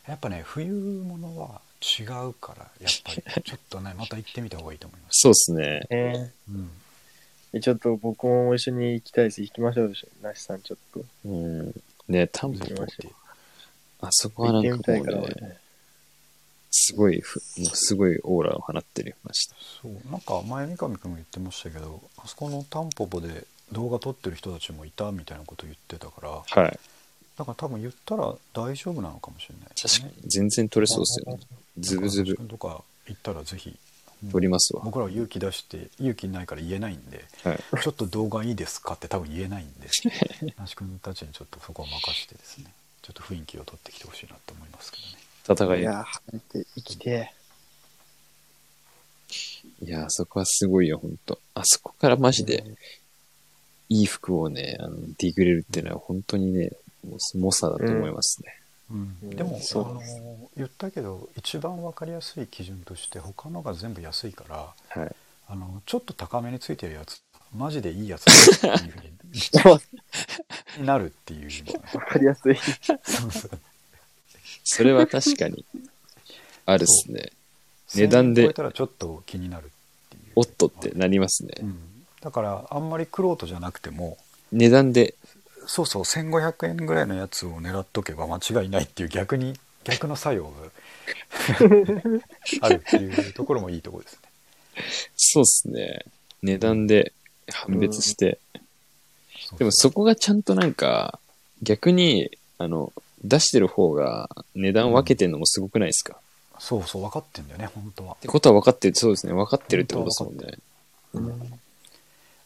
Speaker 3: やっぱね冬物は違うからやっぱ りちょっとねまた行ってみた方がいいと思います、
Speaker 1: そうっすね。
Speaker 4: え
Speaker 3: うん、
Speaker 4: ー、ちょっと僕も一緒に行きたいです。行きましょうでしょ。なしさんちょっと。
Speaker 1: うん。ね、タンポ
Speaker 3: ぜひ
Speaker 1: ポっ
Speaker 3: 行ってて、
Speaker 1: あそこは
Speaker 4: 行
Speaker 1: な
Speaker 4: って
Speaker 1: ん
Speaker 4: み
Speaker 1: か
Speaker 4: た
Speaker 1: も
Speaker 4: いうから、俺、
Speaker 1: ねすごいふ、もうすごいオーラを放ってるました。
Speaker 3: そうなんか前三上君も言ってましたけどあそこのタンポポで動画撮ってる人たちもいたみたいなこと言ってたから
Speaker 1: はい。
Speaker 3: だから多分言ったら大丈夫なのかもしれないです
Speaker 1: 確か
Speaker 3: ね
Speaker 1: に。全然取れそうっすよね。ズブズブ
Speaker 3: とか行ったらぜひ
Speaker 1: 取りますわ。
Speaker 3: 僕らは勇気出して勇気ないから言えないんで
Speaker 1: はい。
Speaker 3: ちょっと動画いいですかって多分言えないん で那須君たちにちょっとそこは任せてですねちょっと雰囲気を取ってきてほしいなと思いますけどね
Speaker 1: 戦い。
Speaker 4: い
Speaker 1: いや
Speaker 4: や、晴れて生きて。
Speaker 1: あそこはすごいよ、ほんと。あそこからマジで、いい服をね、あのディグれるっていうのは本当にね、もう猛者だと思いますね。
Speaker 4: うん
Speaker 3: でも、
Speaker 4: そう
Speaker 3: あの言ったけど一番分かりやすい基準として他のが全部安いから
Speaker 1: はい。
Speaker 3: あのちょっと高めについてるやつマジでいいやつだっていうふうに
Speaker 4: わ
Speaker 3: なるっていうのが
Speaker 4: かりやすい。
Speaker 3: そうそう
Speaker 1: それは確かに、あるっすね。 値段で
Speaker 3: 1000円超えたらちょっと気になるっていう
Speaker 1: おっとってなりますね。
Speaker 3: うん、だからあんまりクロートじゃなくても
Speaker 1: 値段で、
Speaker 3: そうそう1500円ぐらいのやつを狙っとけば間違いないっていう逆に逆の 作用があるっていうところもいいところですね
Speaker 1: そうっすね。値段で判別して。
Speaker 3: うう
Speaker 1: でもそこがちゃんとなんか、逆に、あの、出してる方が値段分けてんのもすごくないですか、っ
Speaker 3: そうそう分かってんだよね本当は
Speaker 1: てことは分かってる、そうですね。分かってるってことですもんね。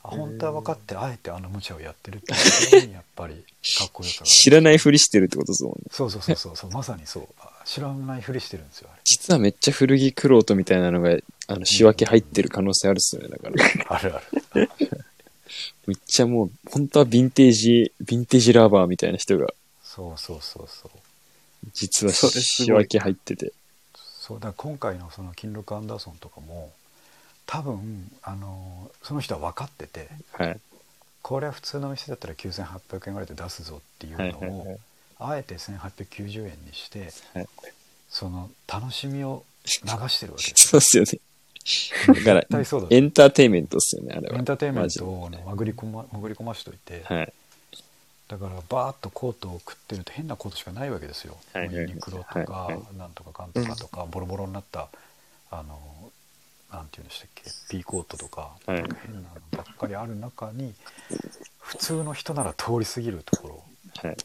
Speaker 3: あ本当は分かってあえてあの無茶をやってるっていうのにやっぱりかっこよさがある
Speaker 1: 知らないふりしてるってことですもんね。
Speaker 3: そうそうそうそうそうまさにそうあ知らないふりしてるんですよあ
Speaker 1: 実はめっちゃ古着クロートみたいなのが、あの、仕分け入ってる可能性あるっすよね。だから。
Speaker 3: れあるある
Speaker 1: めっちゃもう、本当はヴィンテージ、ヴィンテージラバーみたいな人が、
Speaker 3: そうそうそうそう
Speaker 1: 実は
Speaker 4: それすごい
Speaker 1: 仕分け入ってて。
Speaker 3: そうだから今回のその金録アンダーソンとかも多分あのその人は分かってて
Speaker 1: はい。
Speaker 3: これは普通の店だったら9800円ぐらいで出すぞっていうの
Speaker 1: はいはいは
Speaker 3: をあえて1890円にして
Speaker 1: はい
Speaker 3: その楽しみを流してるわけです
Speaker 1: そうっすよ ね。だから
Speaker 3: 対そうだ、
Speaker 1: エンターテインメントっすよね、あれは。
Speaker 3: エンターテインメン
Speaker 1: マジで
Speaker 3: トをね潜り込ま潜り込ましといて、
Speaker 1: はい。
Speaker 3: だからバーッとコートを食ってると変なコートしかないわけですよ、
Speaker 1: はいはいはい
Speaker 3: ユニクロとか、
Speaker 1: はいは
Speaker 3: なんとかかんとかとかボロボロになったあのなんていうんでしたっけピーコートとか
Speaker 1: はい。
Speaker 3: 変なのばっかりある中に普通の人なら通り過ぎるところ
Speaker 1: はい。
Speaker 3: ね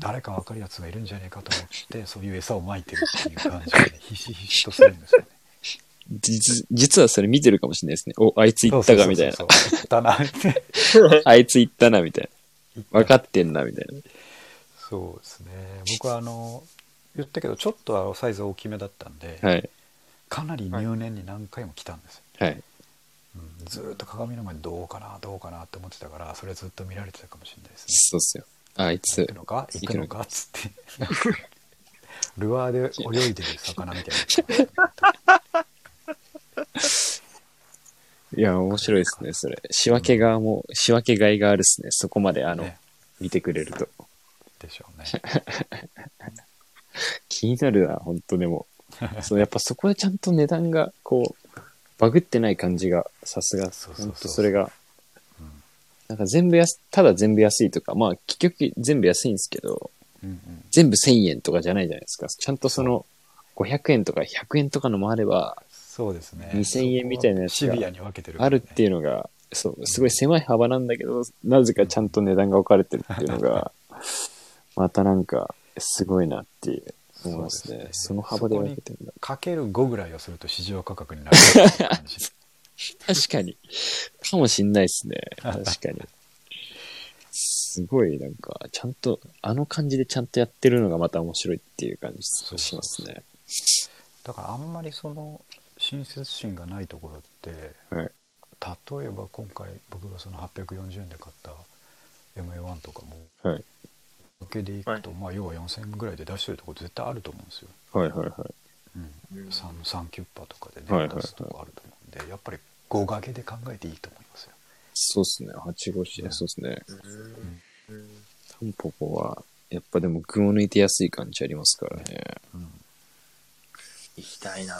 Speaker 3: 誰か分かるやつがいるんじゃねえかと思ってそういう餌をまいてるっていう感じが ねひしひしとするんですよね。
Speaker 1: 実、実はそれ見てるかもしれないですね。お、あいつ行ったかみたいな
Speaker 3: そ。うそうそうそう。だなって。
Speaker 1: あいつ行ったな、みたいな。分かってんな、みたいな。
Speaker 3: そうですね。僕はあの言ったけどちょっとあのサイズ大きめだったんで、
Speaker 1: はい。
Speaker 3: かなり入念に何回も来たんですよ。
Speaker 1: はい。
Speaker 3: うん、ずーっと鏡の前でどうかなどうかなって思ってたからそれずっと見られてたかもしれないですね。
Speaker 1: そうっすよ。あいつ
Speaker 3: 行く、のか
Speaker 1: 行
Speaker 3: 行
Speaker 1: く
Speaker 3: く
Speaker 1: の
Speaker 3: の
Speaker 1: か
Speaker 3: かっつってルアーで泳いでる魚みたい
Speaker 1: いや、面白いですね、それ。仕分け側も、仕分けがいがあるっすね。そこま で、あ
Speaker 3: な、
Speaker 1: の、
Speaker 3: ね、
Speaker 1: 見てくれると。
Speaker 3: でしょうね
Speaker 1: 気になるな、本当でも。 そう、やっぱそこでちゃんと値段が、こう、バグってない感じが、さすが、
Speaker 3: そうそうそう
Speaker 1: 本当それが
Speaker 3: うん。
Speaker 1: なんか全部安、ただ全部安いとか、まあ結局全部安いんですけど、
Speaker 3: うんうん
Speaker 1: 全部1000円とかじゃないじゃないですか。ちゃんとその、500円とか100円とかのもあれば、
Speaker 3: そうですね
Speaker 1: 2000円みたいなやつが
Speaker 3: シビアに分けてる
Speaker 1: あるっていううのが、そう、すごい狭い幅なんだけど、なぜかちゃんと値段が置かれてるっていうのが、またなんか、すごいなっていう思います
Speaker 3: そう
Speaker 1: ね
Speaker 3: で。すね
Speaker 1: その幅で分けてるんだ。
Speaker 3: かける5ぐらいをすると市場価格になるっていう感じ
Speaker 1: 確かに。かもしんないですね。確かに。すごい、なんか、ちゃんと、あの感じでちゃんとやってるのがまた面白いっていう感じ
Speaker 3: そうそう
Speaker 1: しますね。
Speaker 3: だからあんまりその親切心がないところって
Speaker 1: はい。
Speaker 3: 例えば今回僕がその840円で買った MA1 とかも
Speaker 1: はい。
Speaker 3: 受けでいくと、まあ要は4000円ぐらいで出してるところ絶対あると思うんですよ
Speaker 1: はいはいは
Speaker 4: うん
Speaker 3: 三三キュッパーとかでね、
Speaker 1: はいはいはい
Speaker 3: 出すとこあると思うんでやっぱり5掛けで考えていいと思いますよ
Speaker 1: そうっすね。8号車、そうっすね。
Speaker 4: うんうん
Speaker 1: タンポポは、やっぱでも群を抜いて安い感じありますから ね。
Speaker 4: 行きたいな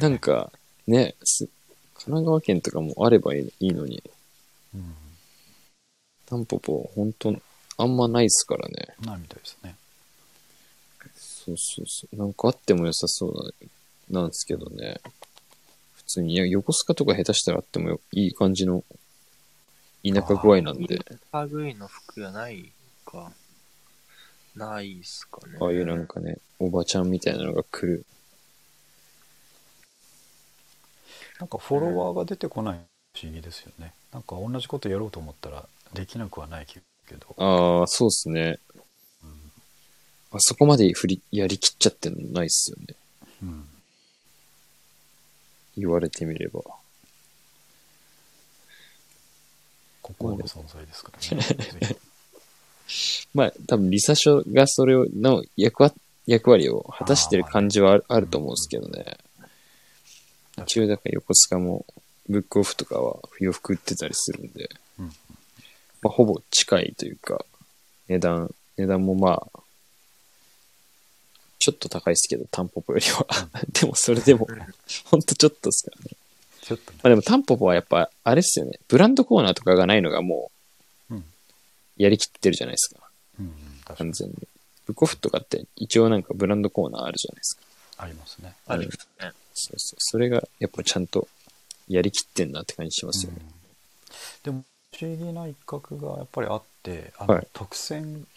Speaker 1: なんか、ね、す神奈川県とかもあればいいいいのに、
Speaker 3: うん、
Speaker 1: タンポポ、本当あんまないっすからね。
Speaker 3: ないみたいですね
Speaker 1: そうそうそう。なんかあっても良さそうな、なんですけどね。普通に、いや、横須賀とか下手したらあってもよいい感じの田舎具合なんで、
Speaker 4: パグイの服がないか。ないっすかね。
Speaker 1: ああいうなんかね、おばちゃんみたいなのが来る。
Speaker 3: なんかフォロワーが出てこない不思議ですよねなんか同じことやろうと思ったらできなくはないけど、
Speaker 1: ああ、そうっすね。
Speaker 3: うん
Speaker 1: あそこまで振り、やりきっちゃってるのないっすよね。
Speaker 3: うん、
Speaker 1: 言われてみれば。
Speaker 3: 心の存在ですからねぜ
Speaker 1: まあ、多分、リサ書がそれを、の役割、役割を果たしてる感じはあるあると思うんですけどね。
Speaker 3: うん
Speaker 1: 一応、だから横須賀も、ブックオフとかは洋服売ってたりするんで、
Speaker 3: うん
Speaker 1: まあ、ほぼ近いというか、値段、値段もまあ、ちょっと高いですけど、タンポポよりは。 でも、それでも、ほんとちょっとですからね。
Speaker 3: ひちょっとね
Speaker 1: まあでも、タンポポはやっぱ、あれですよね。ブランドコーナーとかがないのがも
Speaker 3: うん
Speaker 1: う、やりきってるじゃないですか。
Speaker 3: うんうん、確か
Speaker 1: 完
Speaker 3: に
Speaker 1: 全に。ブックオフとかって一応なんかブランドコーナーあるじゃないですか。
Speaker 3: ありますね
Speaker 4: あるね。
Speaker 1: そうそう。それがやっぱちゃんとやりきってんなって感じしますよね。
Speaker 3: うんでも不思議な一角がやっぱりあってあの、
Speaker 1: はい
Speaker 3: 特選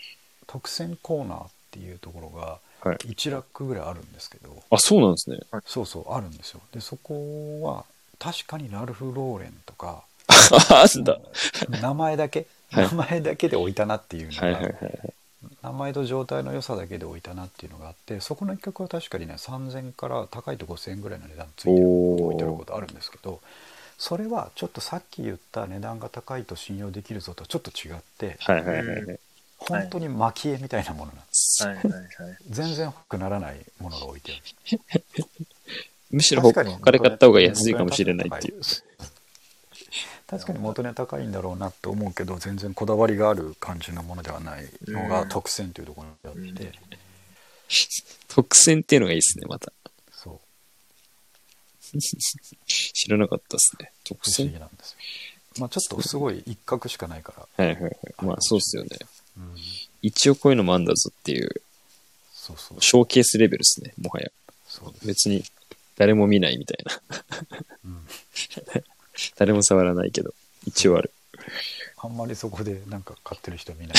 Speaker 3: 特選コーナーっていうところが
Speaker 1: はい。
Speaker 3: 1ラックぐらいあるんですけど
Speaker 1: あ、そうなんですね。
Speaker 3: そうそうあるんですよでそこは確かにラルフ・ローレンとか
Speaker 1: あ、あんだ。
Speaker 3: 名前だけ、
Speaker 1: はい
Speaker 3: 名前だけで置いたなっていうのが、
Speaker 1: はいはいはい。
Speaker 3: 名前と状態の良さだけで置いたなっていうのがあってそこの一角は確かにね3000から高いと5000ぐらいの値段ついてる
Speaker 1: おー
Speaker 3: 置いてることあるんですけどそれはちょっとさっき言った値段が高いと信用できるぞとちょっと違って
Speaker 1: はいはいはいはい。
Speaker 3: 本当に蒔絵みたいなものなんです
Speaker 4: はいはいはい。
Speaker 3: 全然深くならないものが置いてある
Speaker 1: むしろほ
Speaker 3: 確かに
Speaker 1: 他で買った方が安いかもしれないっていう。
Speaker 3: 確かに元値高いんだろうなと思うけど全然こだわりがある感じのものではないのが特選というところにあって、
Speaker 4: うん
Speaker 1: 特選っていうのがいいですね、また。
Speaker 3: そう
Speaker 1: 知らなかったですね。特
Speaker 3: 不思
Speaker 1: 選
Speaker 3: 議なんですよ、まあ、ちょっとすごい一角しかないから、
Speaker 1: はいはいはい。まあそうっすよね。
Speaker 3: うん
Speaker 1: 一応こういうのもあんだぞっていう
Speaker 3: そうそう
Speaker 1: ショーケースレベルですね、もはや。
Speaker 3: そうです、
Speaker 1: 別に、誰も見ないみたいな。
Speaker 3: うん、
Speaker 1: 誰も触らないけど、一応ある。
Speaker 3: あんまりそこでなんか買ってる人 見ない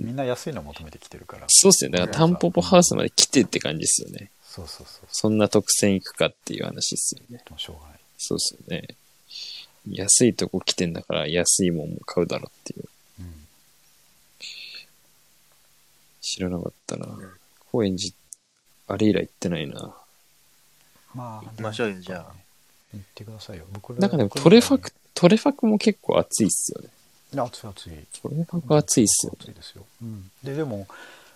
Speaker 3: みんな安いの求めてきてるから
Speaker 1: そうっすよね。だから、タンポポハウスまで来てって感じですよね。
Speaker 3: そうそうそう
Speaker 1: そんな特選行くかっていう話ですよね。
Speaker 3: でもしょうがない
Speaker 1: そうっすよね。安いとこ来てんだから、安いもんも買うだろっていう。
Speaker 3: うん
Speaker 1: 知らなかったな。高円寺、あれ以来行ってないな。
Speaker 3: まあ
Speaker 4: 行きましょうよじゃあ
Speaker 3: 行ってくださいよ僕ら
Speaker 1: なんかでもトレファク、トレファクも結構熱いっすよね。
Speaker 3: いや暑い暑い
Speaker 1: トレファク熱いっすよね。
Speaker 3: 暑いですよ、うん、ででも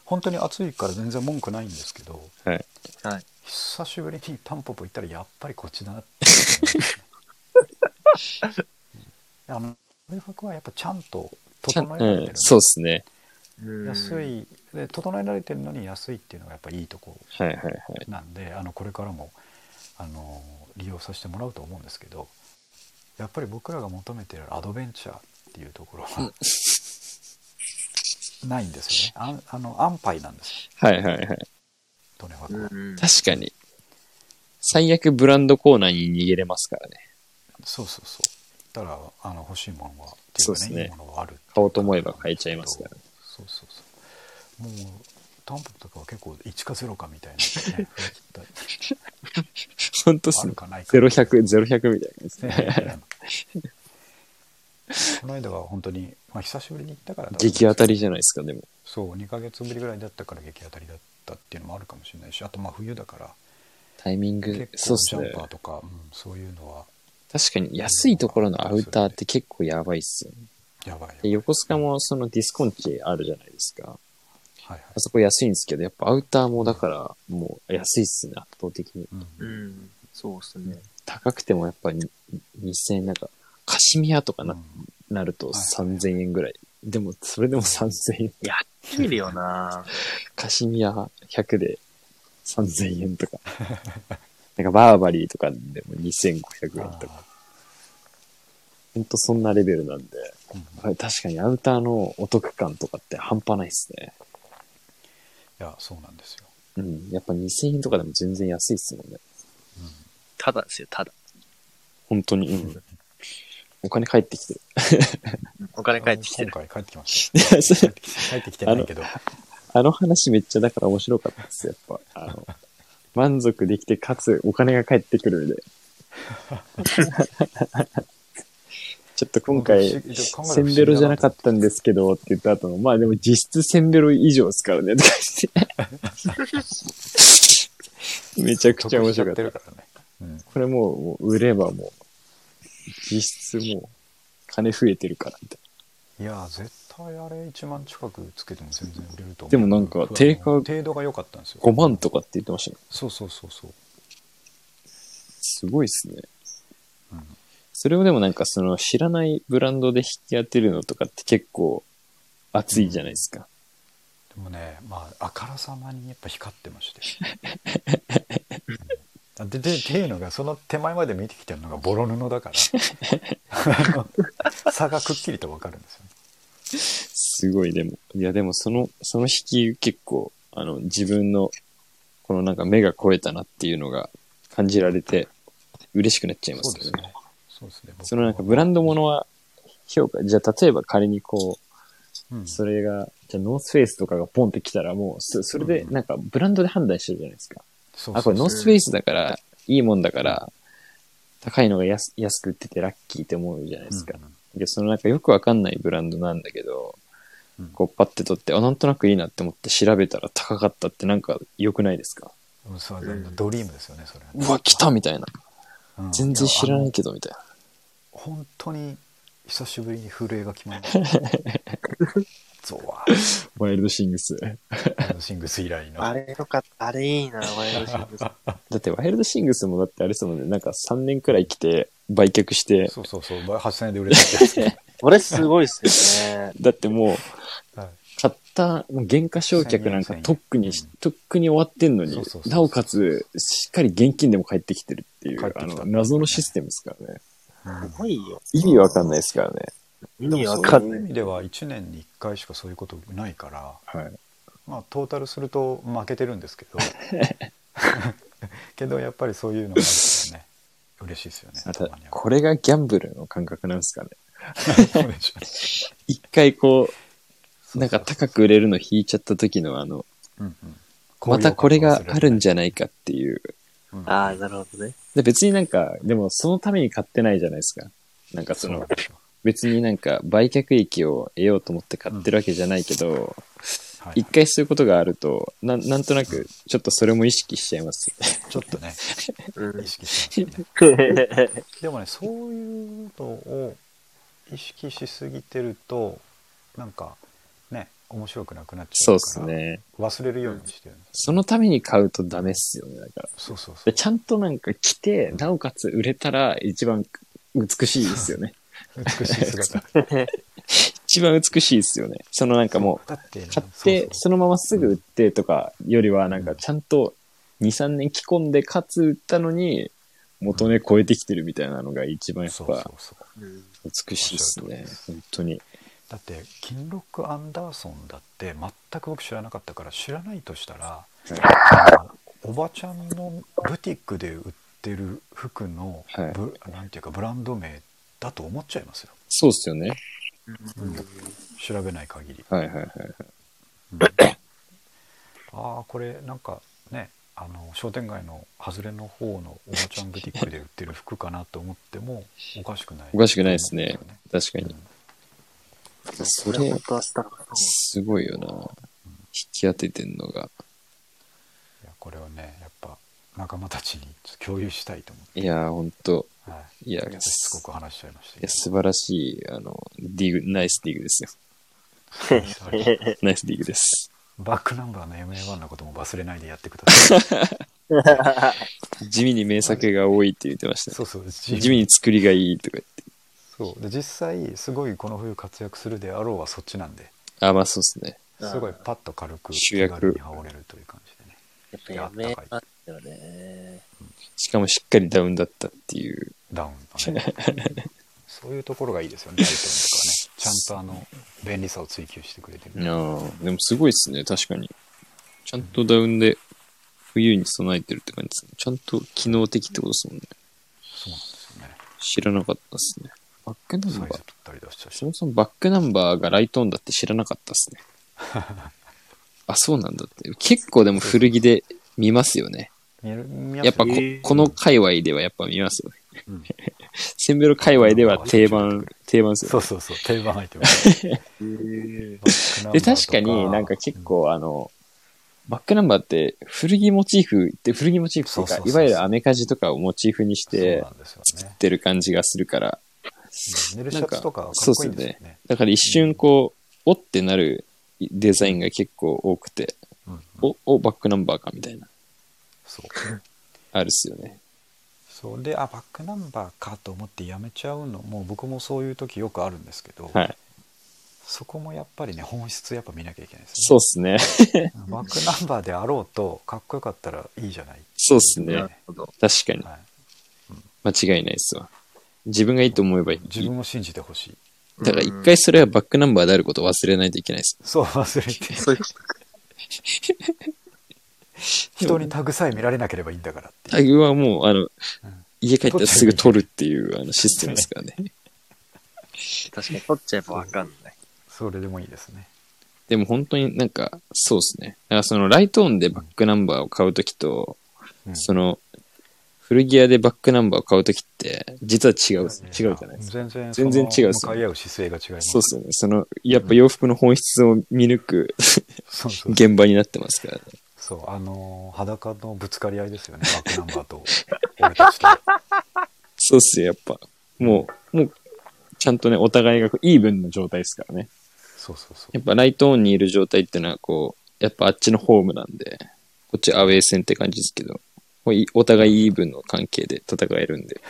Speaker 3: 本当に暑いから全然文句ないんですけど
Speaker 1: はい。
Speaker 4: はい。
Speaker 3: 久しぶりにタンポポ行ったらやっぱりこっちだなって思いましたねうんあのトレファクはやっぱちゃんと
Speaker 1: ちゃ
Speaker 3: 整
Speaker 1: ん
Speaker 3: えられ
Speaker 1: う
Speaker 3: てるん
Speaker 1: ん
Speaker 3: で、
Speaker 1: そうっすね。
Speaker 3: 安。いで整えられてるのに安いっていうのがやっぱいいとこ
Speaker 1: はいはいはい。
Speaker 3: なんであのこれからもあの利用させてもらうと思うんですけどやっぱり僕らが求めてるアドベンチャーっていうところはないんですよねあんあの安牌なんですよ
Speaker 1: はいはいはい。
Speaker 3: トネファ
Speaker 4: う
Speaker 3: クは、
Speaker 4: ん。
Speaker 1: 確かに。最悪ブランドコーナーに逃げれますからね。
Speaker 3: そうそうそうだからあの欲しいものはってい
Speaker 1: そううで
Speaker 3: か
Speaker 1: す
Speaker 3: ね
Speaker 1: ね
Speaker 3: いいものはある
Speaker 1: 買おうと思えば買えちゃいますからね。
Speaker 3: そうそうそうもうタンポポとかは結構1か0か みたいな、ね、
Speaker 1: ほんとっ
Speaker 3: あ
Speaker 1: す
Speaker 3: る
Speaker 1: ね。
Speaker 3: かないか
Speaker 1: ゼロ百ゼロ百みたいな感じですね。
Speaker 3: ねこの間は本当に、まあ、久しぶりに行ったからだと思うんですけ
Speaker 1: 激
Speaker 3: ど
Speaker 1: 当たりじゃないですか、でも。
Speaker 3: そう2ヶ月ぶりぐらいだったから激当たりだったっていうのもあるかもしれないしあとまあ冬だから
Speaker 1: タイミング
Speaker 3: 結、
Speaker 1: そう
Speaker 3: 構
Speaker 1: っ
Speaker 3: ジ
Speaker 1: す
Speaker 3: ャ
Speaker 1: ね
Speaker 3: ン。パーとか、うん、そういうのは
Speaker 1: 確かに安いところのアウターって結構やばいっすよね。
Speaker 3: やばいよ
Speaker 1: で横須賀もそのディスコンチあるじゃないですか。
Speaker 3: はいはい
Speaker 1: あそこ安いんですけど、やっぱアウターもだからもう安いっすね、圧倒的に。
Speaker 3: うん
Speaker 4: うん。そうっすね。
Speaker 1: 高くてもやっぱり2000円、なんか、カシミヤとかな,、
Speaker 3: うん
Speaker 1: なると
Speaker 3: はい
Speaker 1: 3000円ぐらい。でも、それでも3000円。
Speaker 4: やってみるよな。
Speaker 1: カシミヤ100で3000円と か。なんか、バーバリーとかでも2500円とか。
Speaker 3: あ
Speaker 1: ほんとそんなレベルなんで。
Speaker 3: ーうんい
Speaker 1: これ確かにアウターのお得感とかって半端ないっすね。
Speaker 3: やそうなんですよ、
Speaker 1: うん。やっぱ2000円とかでも全然安いっすもんね。
Speaker 3: う
Speaker 4: ただですよ、ただ。
Speaker 1: 本当に。うん。お金返ってきてる。
Speaker 4: お金
Speaker 3: ん、
Speaker 4: 返ってきてる。
Speaker 3: 今回帰ってきましたよ帰ってきて帰ってきてないけ ど
Speaker 1: あの話めっちゃだから面白かったです、やっぱ。あの、満足できて、かつお金が返ってくるんで。 ちょっと今回、
Speaker 3: 僕し考えたら不思議だな
Speaker 1: センベロじゃなかったんですけどって言った後の、まあでも実質センベロ以上ですからね、とか して。めちゃくちゃ面白か
Speaker 3: 得しちゃ
Speaker 1: ってた。
Speaker 3: るからね、うん、
Speaker 1: これもうもう売ればもう、実質もう、金増えてるからみたい
Speaker 3: いや絶対あれ1万近くつけても全然売れると思う
Speaker 1: でもなんか定価
Speaker 3: 程度が良かったんですよ
Speaker 1: な。5万とかって言ってましたね。
Speaker 3: そうそうそうそう、
Speaker 1: すごいっすね。
Speaker 3: うん、
Speaker 1: それをでもなんかその知らないブランドで引き当てるのとかって結構熱いじゃないですか。
Speaker 3: でもね、まあ、あからさまにやっぱ光ってまして。 うんででっていうのがその手前まで見てきてるのがボロ 布だからあの差がくっきりと分かるんですよね。
Speaker 1: すごいでも。いやでもその、その引き結構、あの自分のこのなんか目が超えたなっていうのが感じられて嬉しくなっちゃいま
Speaker 3: そう
Speaker 1: す
Speaker 3: で
Speaker 1: よ
Speaker 3: す
Speaker 1: ね。
Speaker 3: ね。そうですね。
Speaker 1: そのなんかブランドものは評価、じゃあ例えば仮にこ
Speaker 3: ド、うん
Speaker 1: う、それが、じゃあノースフェイスとかがポンってきたらもう、そそれでなんかブランドで判断してるじゃないですか。
Speaker 3: そう
Speaker 1: あ、これノー
Speaker 3: そう
Speaker 1: スフェイスだから、いいもんだから、高いのが安安く売っててラッキーって思うじゃないですか。で、そのなんかよくわかんないブランドなんだけど、
Speaker 3: うん
Speaker 1: こうパッて取って、あ、なんとなくいいなって思って調べたら高かったってなんか良くないですか
Speaker 3: うんうんそうドリームですよね、それはね、
Speaker 1: うわ、来たみたいな。
Speaker 3: うん
Speaker 1: 全然知らない
Speaker 3: や
Speaker 1: けどみたいな。
Speaker 3: あの本当に久しぶりに震えがきまり ました。ゾワー
Speaker 1: ワイルドシングス。
Speaker 3: あのシングス以来の。
Speaker 4: あれよかった。あれいいな、ワイドショー。
Speaker 1: だってワイルドシングスもだってあれですもんね、なんか3年くらい来て売却して、
Speaker 3: そうそうそう、8000円で売れたってやつ ね。
Speaker 4: これすごいっすよね。
Speaker 1: だってもう
Speaker 3: はい
Speaker 1: 買った、もう原価償却なん
Speaker 3: 1000
Speaker 1: か
Speaker 3: 円
Speaker 1: とっくに
Speaker 3: 1000円、
Speaker 1: とっくに終わってんの
Speaker 3: そ
Speaker 1: に
Speaker 3: うそう、そう
Speaker 1: なおかつ、しっかり現金でも返ってきてるっていう、
Speaker 3: 返って
Speaker 1: あ
Speaker 3: きた
Speaker 1: の、謎のシステムですからね。
Speaker 3: うん
Speaker 4: すごいよ。
Speaker 1: 意味わかんないですからね。
Speaker 4: 意味わか
Speaker 1: 勝
Speaker 3: そうんいう意
Speaker 4: ない。
Speaker 3: 味では1年に1回しかそういうことないから
Speaker 1: はい。
Speaker 3: まあトータルすると負けてるんですけ ど けどやっぱりそういうのがあるからね嬉しいですよね
Speaker 1: ま
Speaker 3: た
Speaker 1: た
Speaker 3: まに は
Speaker 1: これがギャンブルの感覚なんですかね。
Speaker 3: そうでしょうね
Speaker 1: 一回こう、
Speaker 3: そう
Speaker 1: なんか高く売れるの引いちゃった時のあの、
Speaker 3: うんうん
Speaker 1: またこれがあるんじゃないかっていう。
Speaker 3: うん
Speaker 4: ああ、なるほどね。
Speaker 1: で別になんか、でもそのために買ってないじゃないですか。なんかそ
Speaker 3: そう
Speaker 1: の、
Speaker 3: でしょ
Speaker 1: 別になんか売却益を得ようと思って買ってるわけじゃないけど、
Speaker 3: うはい
Speaker 1: 一回そういうことがあると、なんなんとなくちょっとそれも意識しちゃいます。
Speaker 3: ちょっとね
Speaker 4: うん
Speaker 3: 意。識してますよねでもねそういうのを意識しすぎてるとなんかね面白くなくなっ ち
Speaker 1: そ
Speaker 3: ゃ
Speaker 1: う
Speaker 3: う
Speaker 1: で
Speaker 3: か
Speaker 1: す
Speaker 3: ら、
Speaker 1: ね。
Speaker 3: 忘れるようにしてるんです、
Speaker 1: そのために買うとダメっすよね、だから。
Speaker 3: そうそうそ
Speaker 1: で
Speaker 3: う
Speaker 1: ちゃんとなんか着て、なおかつ売れたら一番美しいですよ ね。
Speaker 3: 美し い姿
Speaker 1: 一番美しいですよね。そのなんかも
Speaker 3: だってね、
Speaker 1: う、買って、
Speaker 3: そ
Speaker 1: そのまますぐ売ってとかよりは、なん
Speaker 3: う
Speaker 1: か
Speaker 3: ん
Speaker 1: ちゃんと2、3年着込んで、かつ売ったのに、元値超えてきてるみたいなのが一番
Speaker 3: う
Speaker 1: やっ
Speaker 3: そうそうそう
Speaker 1: ぱ
Speaker 3: そうそう
Speaker 4: うん
Speaker 1: 美しいですね。本当に。
Speaker 3: だってキンロック・アンダーソンだって全く僕知らなかったから知らないとしたら、あのおばちゃんのブティックで売ってる服の
Speaker 1: はい
Speaker 3: ブ、なんていうかブランド名だと思っちゃいますよ
Speaker 1: そうっすよね。
Speaker 4: うん
Speaker 3: 調べない限り
Speaker 1: はいはいはい。
Speaker 3: ああこれなんかねあの商店街の外れの方のおばちゃんブティックで売ってる服かなと思ってもおかしくない
Speaker 1: おかしくないですね。確か
Speaker 3: うん
Speaker 1: に。そ
Speaker 4: これ
Speaker 1: れ
Speaker 4: 本、当はしたのか
Speaker 1: すごいよな。引き当ててんのが。
Speaker 3: いやこれはねやっぱ仲間たちにちょっと共有したいと思
Speaker 1: いやー、ほんと。
Speaker 3: って、はい
Speaker 1: や
Speaker 3: ちょっとしつこく話しちゃいまし
Speaker 1: い
Speaker 3: た
Speaker 1: や素晴らしい、あの、ディグ、ナイスディグですよ。
Speaker 4: な。
Speaker 1: ナイスディグです。
Speaker 3: バックナンバーの MA1 のことも忘れないでやってください。
Speaker 1: 地味に名作が多いって言ってましたね
Speaker 3: そうそう、地
Speaker 1: 地味に作りがいいとか言って。
Speaker 3: そうで実際、すごいこの冬活躍するであろうはそっちなんで、
Speaker 1: あ、まあそうですね。
Speaker 4: あー
Speaker 3: すごいパッと軽く
Speaker 1: 主役
Speaker 3: 気軽に羽織れるという感じでね。
Speaker 4: やっぱやめましたよね。
Speaker 1: しかもしっかりダウンだったっていう。
Speaker 3: ダウンのね。 そういうところがいいですよね、ライトとかね。ちゃんとあの便利さを追求してくれて
Speaker 1: あ
Speaker 3: る。
Speaker 1: あ、でもすごいですね、確かに。ちゃんとダウンで冬に備えてるって感じですね。ちゃんと機能的ってことですもんね。
Speaker 3: そうなんですよね。
Speaker 1: 知らなかったですね。バックナン
Speaker 3: サ
Speaker 1: バ
Speaker 3: イズ
Speaker 1: ー
Speaker 3: ぴったり出したし
Speaker 1: そ。もそもバックナンバーがライトオンだって知らなかったです ね。あ、そうなんだって。結構でも古着で見ますよね。
Speaker 3: 見える見
Speaker 1: やっぱこ
Speaker 4: えー
Speaker 1: この界隈ではやっぱ見ますよね。
Speaker 3: うん
Speaker 1: センベロ界隈では定番、定番ですよね
Speaker 3: そうそうそう、定番 アイテム。バックナンバ
Speaker 1: で、
Speaker 3: ーと
Speaker 1: 確かになんか結構あの、バックナンバーって古着モチーフって古着モチーフっていう
Speaker 3: そうそうそう
Speaker 1: か、
Speaker 3: そう
Speaker 1: いわゆるアメカジとかをモチーフにし
Speaker 3: そう
Speaker 1: て
Speaker 3: なんですよね
Speaker 1: 作っ。てる感じがするから、
Speaker 3: 寝るシャツとかかっこいいんですよね。
Speaker 1: だから一瞬こう、おってなるデザインが結構多くて、
Speaker 3: うんうん
Speaker 1: お、お、バックナンバーかみたいな、
Speaker 3: そう
Speaker 1: あるっすよね。
Speaker 3: そうであバックナンバーかと思ってやめちゃうのも僕もそういう時よくあるんですけど、
Speaker 1: はい。
Speaker 3: そこもやっぱりね本質やっぱ見なきゃいけないです
Speaker 1: そう
Speaker 3: ね
Speaker 1: っすね。
Speaker 3: バックナンバーであろうとかっこよかったらいいじゃない、
Speaker 1: そうっすね。
Speaker 4: なるほど。
Speaker 1: 確かに。
Speaker 3: はい、
Speaker 1: 間違いないっすわ。自分がいいと思えばいい。
Speaker 3: 自分を信じてほしい
Speaker 1: だから一回それはバックナンバーであることを忘れないといけないです。
Speaker 3: そう忘れて
Speaker 4: そういう
Speaker 3: 人にタグさえ見られなければいいんだからって
Speaker 1: タ
Speaker 3: いう
Speaker 1: グはもう、あの、家帰ったらすぐ取るっていうあ のシステムですからね。
Speaker 4: 確かに取っちゃえばわかんない。
Speaker 3: それでもいいですね
Speaker 1: でも本当になんか、そうですね。だからそのライトオンでバックナンバーを買うときと、
Speaker 3: うん
Speaker 1: その、古着屋でバックナンバーを買うときって、実は違うっす、違うじゃないですか。
Speaker 3: 全然
Speaker 1: 全然違うっすね
Speaker 3: その向かい合う姿勢が違います
Speaker 1: そうですよね。その、やっぱ洋服の本質を見抜く
Speaker 3: そうそう
Speaker 1: 現場になってますからね。
Speaker 3: そうあのー裸のぶつかり合いですよねバックナンバーと俺た ちと
Speaker 1: そうっすよ、やっぱ。もう、もう、ちゃんとね、お互いがこうイーブンの状態ですからね。
Speaker 3: そうそうそう
Speaker 1: やっぱライトオンにいる状態ってのは、こう、やっぱあっちのホームなんで、こっちアウェー戦って感じですけど、もういお互いイーブンの関係で戦えるんで。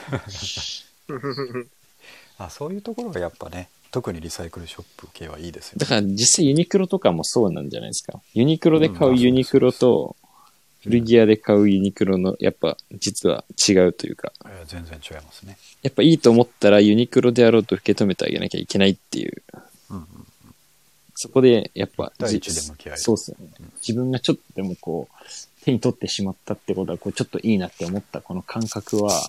Speaker 3: あそういうところがやっぱね特にリサイクルショップ系はいいですよ
Speaker 1: だから実際ユニクロとかもそうなんじゃないですか。ユニクロで買
Speaker 3: うん
Speaker 1: う
Speaker 3: まあ
Speaker 1: ユニクロと、古着屋で買うユニクロの、やっぱ実は違うというか、
Speaker 3: えー全然違いますね、
Speaker 1: やっぱいいと思ったらユニクロであろうと受け止めてあげなきゃいけないっていう、
Speaker 3: うんうん
Speaker 1: そこでやっぱ
Speaker 3: 一対一
Speaker 1: 実
Speaker 3: で向き合える
Speaker 1: そうっすよね
Speaker 3: うん。
Speaker 1: 自分がちょっとでもこう、手に取ってしまったってことは、こう、ちょっといいなって思ったこの感覚は、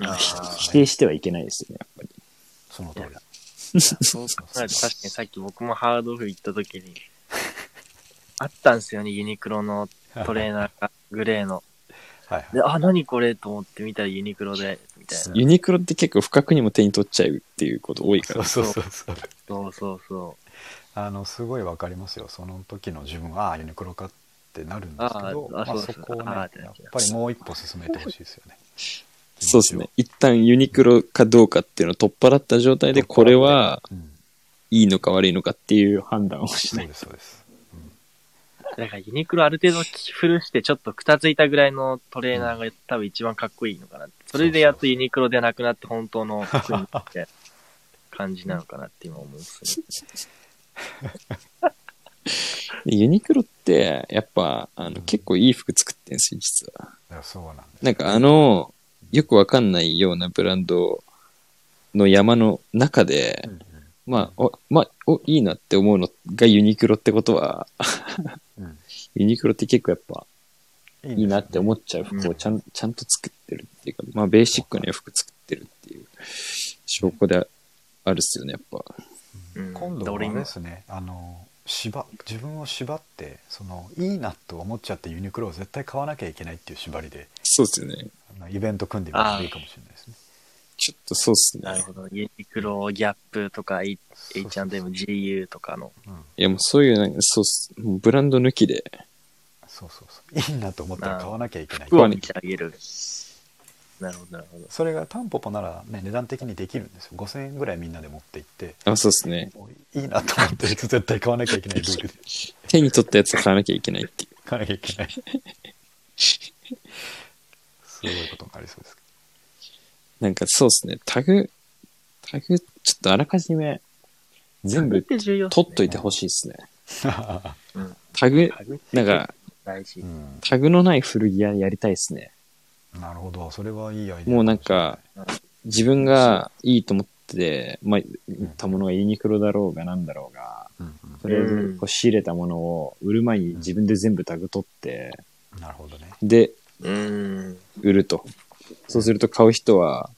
Speaker 4: あー
Speaker 1: 否定してはいけないですよね、やっぱり。
Speaker 3: その通 り。
Speaker 2: そう考えると確かにさっき僕もハードオフ行った時 に、あったんですよね、ユニクロのトレーナーが、グレーの。
Speaker 3: はいはい
Speaker 2: で、あ、何これと思って見たらユニクロで、みたいな。
Speaker 1: ユニクロって結構不覚にも手に取っちゃうっていうこと多いか
Speaker 3: そう
Speaker 1: ら。
Speaker 3: そうそうそう。
Speaker 2: そうそうそう。
Speaker 3: あのすごいわかりますよその時の自分はああユニクロかってなるんですけど
Speaker 2: あああ
Speaker 3: まあ、
Speaker 2: そう
Speaker 3: そ
Speaker 2: です
Speaker 3: こをね
Speaker 2: あ
Speaker 3: やっ
Speaker 2: あ
Speaker 3: ぱりもう一歩進めてほしいですよね
Speaker 1: そうですね。一旦ユニクロかどうかっていうのを取っ払った状態で、これは
Speaker 3: うん
Speaker 1: いいのか悪いのかっていう判断を し
Speaker 3: そ
Speaker 1: な
Speaker 3: う
Speaker 1: い。
Speaker 3: ですそうです
Speaker 2: だからユニクロある程度着古してちょっとくたついたぐらいのトレーナーが多分一番かっこいいのかなって。それでやっとユニクロでなくなって本当の服になって感じなのかなって今思うんですよね。
Speaker 1: でユニクロって、やっぱ、あの、結構いい服作ってんですよ、実は。
Speaker 3: だからそうなんです
Speaker 1: なんかあの、よくわかんないようなブランドの山の中で
Speaker 3: う、んうん
Speaker 1: まあ、お、まあ、お、いいなって思うのがユニクロってことは、
Speaker 3: うん
Speaker 1: ユニクロって結構やっぱ
Speaker 3: い
Speaker 1: いいなって思
Speaker 3: っ
Speaker 1: っちゃう服
Speaker 2: う
Speaker 1: を
Speaker 2: ん
Speaker 1: ちゃん、ちゃんと作ってるっていうか、まあベーシックな服作ってるっていう証拠であるっすよね、やっぱ。
Speaker 2: うん
Speaker 3: 今度
Speaker 2: で
Speaker 3: はあ
Speaker 2: 俺
Speaker 3: れ
Speaker 2: 今
Speaker 3: ですねあの縛自分を縛ってそのいいなと思っちゃってユニクロを絶対買わなきゃいけないっていう縛りで
Speaker 1: そうっすよね。
Speaker 3: あのイベント組んでみるといいかもしれないですね
Speaker 1: ちょっとそうっす
Speaker 2: なる
Speaker 1: ね。
Speaker 2: ほど。ユニクロ、ギャップとか、H-
Speaker 3: そうそうそう
Speaker 2: H&M、GU とかの。
Speaker 3: うん
Speaker 1: いやもうそういう、なんかそうっす。もうブランド抜きで、
Speaker 3: そうそうそういいなと思ったら買わなきゃいけない
Speaker 2: 服を見てあげる。なるほど、なるほど。
Speaker 3: それがタンポポなら、ね、値段的にできるんですよ5000円ぐらいみんなで持って行って
Speaker 1: あ、そうっすね。
Speaker 3: もういいなと思ってると絶対買わなきゃいけないル ールで
Speaker 1: 手に取ったやつ買わなきゃいけないっていう。
Speaker 3: 買わなきゃいけないすごいことになりそうですけ
Speaker 1: なんかそうっすね。タグ、タグ、ちょっとあらかじめ全
Speaker 2: タグっ
Speaker 1: 部
Speaker 2: て重要っすね
Speaker 1: 取っといてほしいっすね。
Speaker 3: ど
Speaker 1: タグ、
Speaker 2: タグって
Speaker 1: なんか
Speaker 2: 大事
Speaker 3: う。ん
Speaker 1: タグのない古着屋やりたいっすね。
Speaker 3: なるほどそれはいいアイデア
Speaker 1: もうなんか、自分がいいと思ってて、まあ、売ったものがユニクロだろうがなんだろうが、
Speaker 3: かもし
Speaker 1: とりあえ
Speaker 2: う
Speaker 1: ず
Speaker 2: ん
Speaker 1: こう仕入れたものを売る前に自分で全部タグ取って、
Speaker 3: れないうんなるほどね
Speaker 1: で、
Speaker 2: うん。
Speaker 1: 売ると。そうすると買う人は、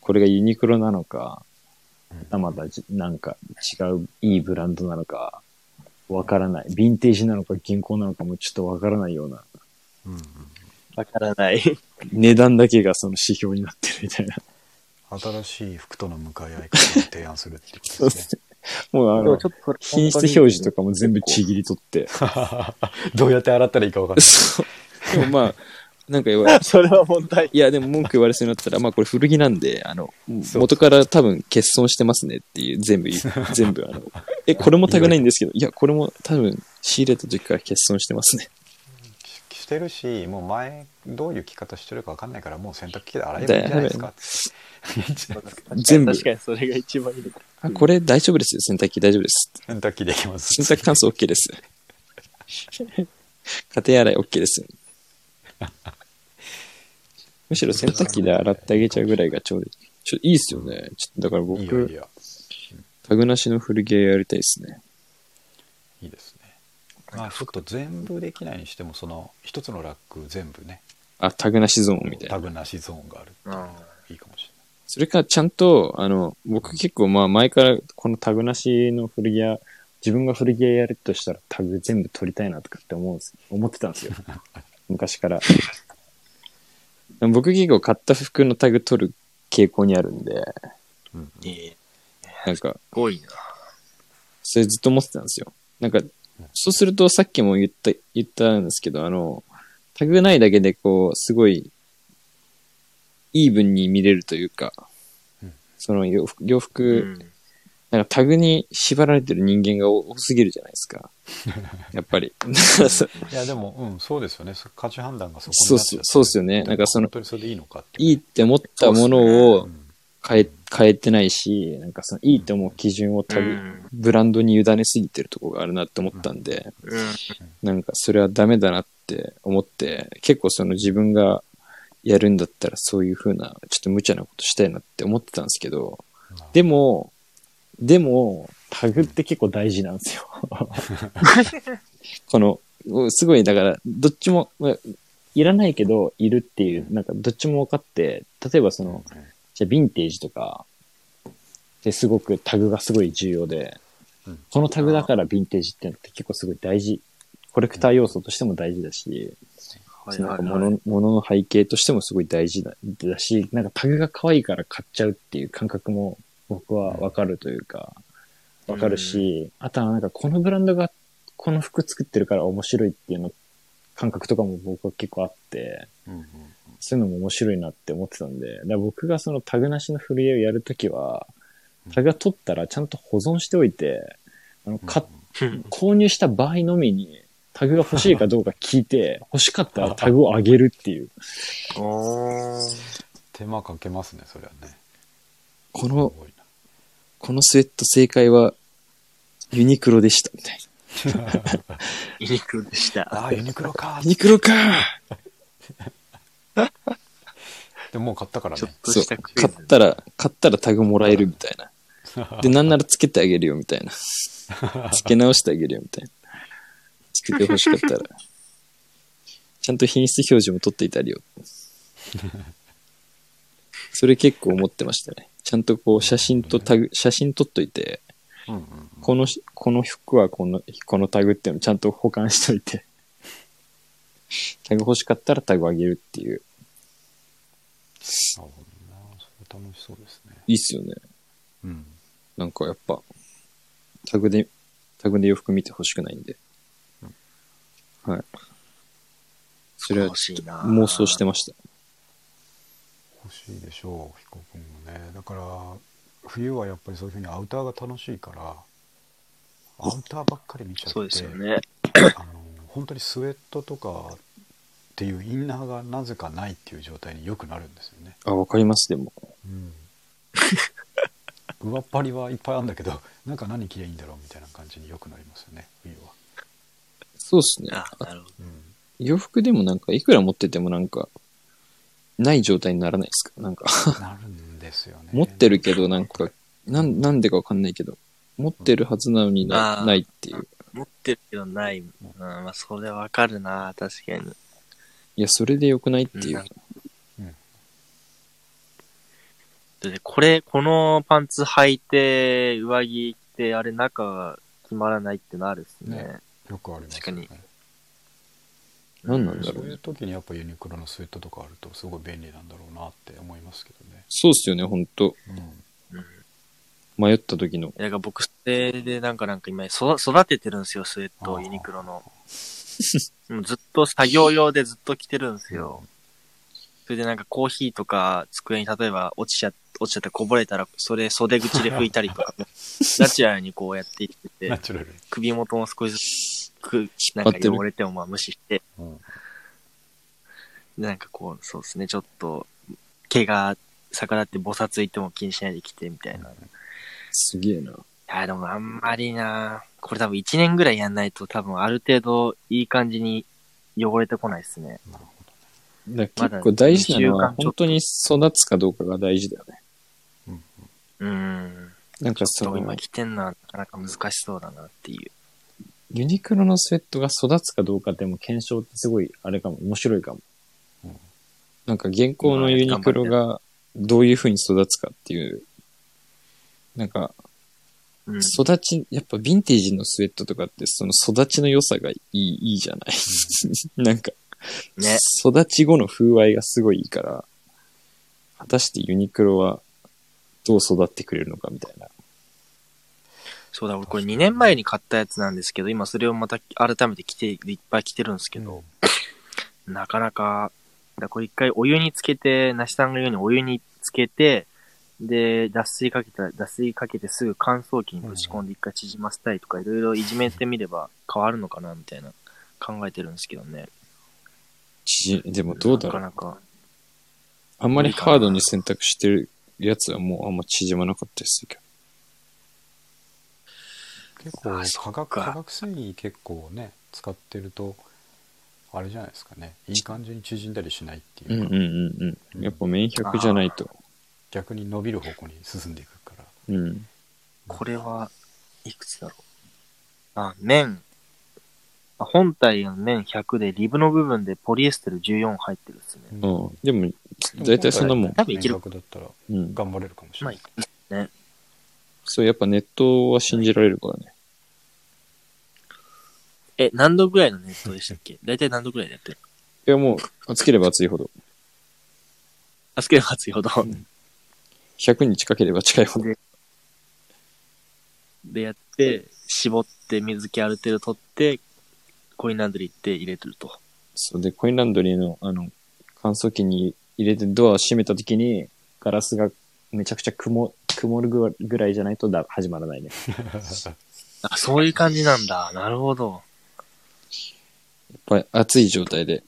Speaker 1: これがユニクロなのか、
Speaker 3: うん
Speaker 1: またじなんか違ういいブランドなのか、わからない。ヴィンテージなのか銀行なのかもちょっとわからないような、
Speaker 3: うんうん
Speaker 2: わからない。
Speaker 1: 値段だけがその指標になってるみたいな。
Speaker 3: 新しい服との向かい合い方を提案するっていうことですね
Speaker 1: もうあ
Speaker 2: でも
Speaker 1: の
Speaker 2: ちょっ、と
Speaker 1: 品質表示とかも全部ちぎり取って。
Speaker 3: どうやって洗ったらいいか分かんない
Speaker 1: そう。でもまあ、なんか言われ、
Speaker 2: それは問題。
Speaker 1: いや、でも文句言われそうになったら、まあこれ古着なんで、あの、
Speaker 3: そう
Speaker 1: 元から多分欠損してますねっていう、 全部言う、全部あの、え、これもタグないんですけど、いや、これも多分仕入れた時から欠損してますね。
Speaker 3: ししてるしもう前どういう着方してるか分かんないからもう洗濯機で洗えばいいんじゃないですかっていいんじゃないですか
Speaker 1: 全部
Speaker 2: 確かにそれが一番いいのか。
Speaker 1: あ、これ大丈夫ですよ、洗濯機大丈夫です。
Speaker 3: 洗濯機でいきます
Speaker 1: 洗濯乾燥 OK です。家庭洗い OK です。むしろ洗濯機で洗ってあげちゃうぐらいがちょうどいい。ちょいいっすよね。ちょっとだから僕、
Speaker 3: いいよいいよ
Speaker 1: タグなしの古着屋やりたいですね。
Speaker 3: いいですねまあちょっと全部できないにしてもその一つのラック全部ね
Speaker 1: あ、タグなしゾーンみたい
Speaker 3: タ
Speaker 1: な。
Speaker 3: グなしゾーンがあるっていうのがいいかもし
Speaker 1: それか、ちゃんと、あの、僕結構まあ前からこのタグなしの古着屋、自分が古着屋やるとしたらタグ全部取りたいなとかって思うんです、思ってたんです よ。昔から。でも僕結構買った服のタグ取る傾向にあるんで、
Speaker 3: れない、
Speaker 2: ええ
Speaker 1: なんか、
Speaker 2: すごいな。
Speaker 1: それずっと思ってたんですよ。なんか、そうするとさっきも言った、言ったんですけど、あの、タグないだけでこう、すごい、イーブンに見れるというか
Speaker 3: うん、
Speaker 1: その洋服、洋服、
Speaker 2: うん。
Speaker 1: なんかタグに縛られてる人間が多すぎるじゃないです か。やっぱり。 だからそ
Speaker 3: いやでもうんそうですよねそ価値判断がそこ
Speaker 1: そうっすそうっすよねなんかその
Speaker 3: 本当にそれでいいのかって
Speaker 1: いい
Speaker 3: い
Speaker 1: っ
Speaker 3: う
Speaker 1: て思ったもの
Speaker 3: う
Speaker 1: を
Speaker 3: ん
Speaker 1: 変え変えてないし、なんかそのいいって思う基準をタグ、
Speaker 2: うん
Speaker 1: ブランドに委ねすぎてるとこがあるなって思ったんで、
Speaker 2: うん。
Speaker 1: なんかそれはダメだなって思って、結構その自分がやるんだったらそういう風な、ちょっと無茶なことしたいなって思ってたんですけど、でも、でも、タグって結構大事なんですよ。このおすごい、だから、どっちも、まあいらないけど、いるっていう、なんか、どっちも分かって、例えばその、じゃあヴィンテージとか、ですごくタグがすごい重要で、
Speaker 3: うん
Speaker 1: このタグだからヴィンテージってのって結構すごい大事。コレクター要素としても大事だし、
Speaker 2: はい
Speaker 1: なん
Speaker 2: は
Speaker 1: か
Speaker 2: いはい。
Speaker 1: 物物の背景としてもすごい大事だだし、なんかタグが可愛いから買っちゃうっていう感覚も僕はわかるというか、わかるし、あとはなんかこのブランドがこの服作ってるから面白いっていうの感覚とかも僕は結構あって、
Speaker 3: うんうん
Speaker 1: そういうのも面白いなって思ってたんで、だから僕がそのタグなしの古着をやるときは、タグが取ったらちゃんと保存しておいて、あの、買っ
Speaker 2: うん
Speaker 1: 購入した場合のみに、タグが欲しいかどうか聞いて、 欲しかったらタグをあげるっていう。
Speaker 2: おー
Speaker 3: 手間かけますねそれはね
Speaker 1: こ
Speaker 3: す
Speaker 1: の、
Speaker 3: ごいな
Speaker 1: このスウェット正解は、ユニクロでした、みたい
Speaker 2: ユニクロでした。
Speaker 3: あーユニクロか
Speaker 1: な。ユニクロか
Speaker 3: でももう買ったから
Speaker 2: ちょっ
Speaker 3: ね
Speaker 2: と
Speaker 1: そう。
Speaker 2: したクイズ
Speaker 1: 買ったら、買ったらタグもらえるみたいな。 で、なんならつけてあげるよ、みたいな。つけ直してあげるよ、みたいな。つけて欲しかったら。ちゃんと品質表示も取っていたり よ。それ結構思ってましたね。ちゃんとこう、写真とタグ、写真撮っといて、
Speaker 3: うんうん
Speaker 1: このし、この服はこの、このタグっていうのちゃんと保管しとい て、タグ欲しかったらタグあげるっていう。
Speaker 3: なるほどなそれ楽しそうですね
Speaker 1: いいっすよね。
Speaker 3: うん
Speaker 1: なんかやっぱ、タグで、タグで洋服見てほしくないんで。はい。それは
Speaker 2: 欲しいな。
Speaker 1: 妄想してました。
Speaker 3: 欲しいでしょう飛行君もねだから冬はやっぱりそういうふうにアウターが楽しいからアウターばっかり見ちゃって
Speaker 2: そうですよね。
Speaker 3: あの本当にスウェットとかっていうインナーがなぜかないっていう状態によくなるんですよね、
Speaker 1: あ、わかります、でも。
Speaker 3: 上っ張りはいっぱいあるんだけどなんか何着りゃいいんだろうみたいな感じによくなりますよね冬は、
Speaker 1: そうっすね。
Speaker 2: あ、なるほど。
Speaker 1: 洋服でもなんか、いくら持っててもなんか、ない状態にならないですかなんか、
Speaker 3: なるんですよね
Speaker 1: 持ってるけどなんか、なん、なんでかわかんないけど、持ってるはずなのに
Speaker 2: あ
Speaker 1: な
Speaker 2: ー
Speaker 1: ないっていう。
Speaker 2: 持ってるけどない。うん、まあ、それわかるな。確かに。。
Speaker 1: いや、それで良くないっていううん
Speaker 2: で、これ、このパンツ履いて、上着着て、あれ、中が決まらないってのあるっすね
Speaker 3: ね。よくありますよね
Speaker 2: 確
Speaker 1: 何なんだ
Speaker 3: そ
Speaker 1: ろ
Speaker 3: う
Speaker 1: う
Speaker 3: いう
Speaker 1: ね。
Speaker 3: 時にやっぱユニクロのスウェットとかあるとすごい便利なんだろうなって思いますけどね、
Speaker 1: そうっすよね、ほんと。
Speaker 2: うん
Speaker 1: 迷った時の。
Speaker 2: なんか僕、それでなんかなんか今、そ育ててるんですよ、スウェット
Speaker 3: あ
Speaker 2: を、
Speaker 3: ー
Speaker 2: ユニクロの。 もうずっと作業用でずっと着てるんですよ。それでなんかコーヒーとか机に例えば落ちちゃ、落ちちゃってこぼれたら、それ袖口で拭いたりとか、 ナチュラルにこうやっていって
Speaker 3: ナ
Speaker 2: て、
Speaker 3: チュラルに、
Speaker 2: 首元も少しずつ、く
Speaker 1: 引
Speaker 2: な
Speaker 1: っ張
Speaker 2: ん
Speaker 1: っ
Speaker 2: か
Speaker 1: てる
Speaker 2: 汚れてもまあ無視して、
Speaker 3: うん
Speaker 2: なんかこう、そうですね、ちょっと、毛が逆らってぼさついても気にしないで着てみたいな。
Speaker 1: すげえな。
Speaker 2: いや、でもあんまりなこれ多分1年ぐらいやんないと多分ある程度いい感じに汚れてこないですね。
Speaker 3: なるほど
Speaker 1: だから結構大事なの
Speaker 2: まだ
Speaker 1: は
Speaker 2: 二週間ちょっと
Speaker 1: 本当に育つかどうかが大事だよね。
Speaker 2: うーん。
Speaker 1: なんかそ
Speaker 2: そう、
Speaker 1: の
Speaker 2: 今、着てんのはなかなか難しそうだなっていう。
Speaker 1: ユニクロのスウェットが育つかどうかでも検証ってすごいあれかも、面白いかも
Speaker 3: うん。
Speaker 1: なんか現行のユニクロがどういう風に育つかっていう、なんか
Speaker 2: うん。
Speaker 1: 育ち、やっぱヴィンテージのスウェットとかってその育ちの良さがいい、いいじゃない。 なんか
Speaker 2: ね。
Speaker 1: 育ち後の風合いがすごいいいから、果たしてユニクロはどう育ってくれるのかみたいな。
Speaker 2: そうだ、俺これ2年前に買ったやつなんですけど、今それをまた改めて着て、いっぱい着てるんですけど、なかなか、だこれ一回お湯につけて、梨さんが言うようにお湯につけて、で、脱水かけた、脱水かけてすぐ乾燥機にぶち込んで一回縮ませたりとか、いろいろいじめてみれば変わるのかな、みたいな考えてるんですけどね。
Speaker 1: 縮でもどうだろう
Speaker 2: なかなか。
Speaker 1: あんまりハードに選択してるやつはもうあんま縮まなかったですけど。
Speaker 3: 結構
Speaker 2: あそ
Speaker 3: 化学
Speaker 2: か
Speaker 3: 化学繊維結構ね使ってるとあれじゃないですかねいい感じに縮んだりしないって
Speaker 1: う
Speaker 3: い
Speaker 1: ん
Speaker 3: う
Speaker 1: う
Speaker 3: か、
Speaker 1: んうんうん。やっぱ免100じゃないと。
Speaker 3: 逆に伸びる方向に進んでいくから
Speaker 1: うん。
Speaker 2: これは、いくつだろう。あ、綿、本体の面100でリブの部分でポリエステル14入ってるっすね。
Speaker 1: う。
Speaker 3: うん
Speaker 1: でも、大体そんなもん。
Speaker 2: 多分いける
Speaker 3: 明確だったら
Speaker 1: うん。
Speaker 3: 頑張れるかもしれ
Speaker 2: ま
Speaker 3: な
Speaker 2: あ
Speaker 3: い。、
Speaker 1: そう、やっぱネットは信じられるからね。
Speaker 2: え、何度ぐらいの熱湯でしたっ け大体何度ぐらいでやってる
Speaker 1: いや、もう、暑ければ暑いほど。
Speaker 2: あ、つければ熱いほど。
Speaker 1: 100に近ければ近いほど。
Speaker 2: でやって、絞って水気ある程度取って、コインランドリー行って入れてると。
Speaker 1: そうで、コインランドリーの、あの、乾燥機に入れてドアを閉めた時に、ガラスがめちゃくちゃ曇曇るぐぐらいじゃないとだ始まらないね。
Speaker 2: あ、そういう感じなんだ。なるほど。
Speaker 1: やっぱり暑い状態 で。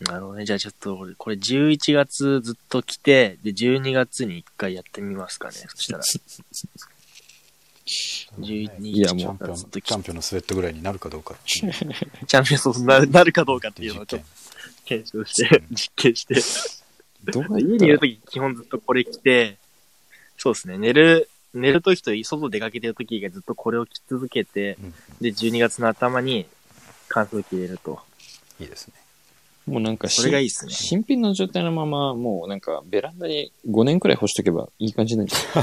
Speaker 2: なるほどね。じゃあちょっと俺、これ11月ずっと来て、で、12月に一回やってみますかね。そした ら、12
Speaker 1: いや
Speaker 3: チ
Speaker 1: も
Speaker 3: ャ
Speaker 1: う
Speaker 3: ンピオン
Speaker 2: ずっと
Speaker 3: チャンピオンのスウェットぐらいになるかどうかっていう
Speaker 2: チャンピオンソースになるなるかどうかっていうのをちょっと検証して、実験して。
Speaker 1: どうや
Speaker 2: 家にいるとき、基本ずっとこれ着て、そうですね、寝る、寝るときと外出かけてるときがずっとこれを着続けて、
Speaker 3: うん
Speaker 2: で、12月の頭に乾燥機入れると。
Speaker 3: いいですね。
Speaker 1: もうなんかし
Speaker 2: それがいいっすね。
Speaker 1: 新品の状態のまま、もうなんかベランダに5年くらい干しとけばいい感じなんじゃない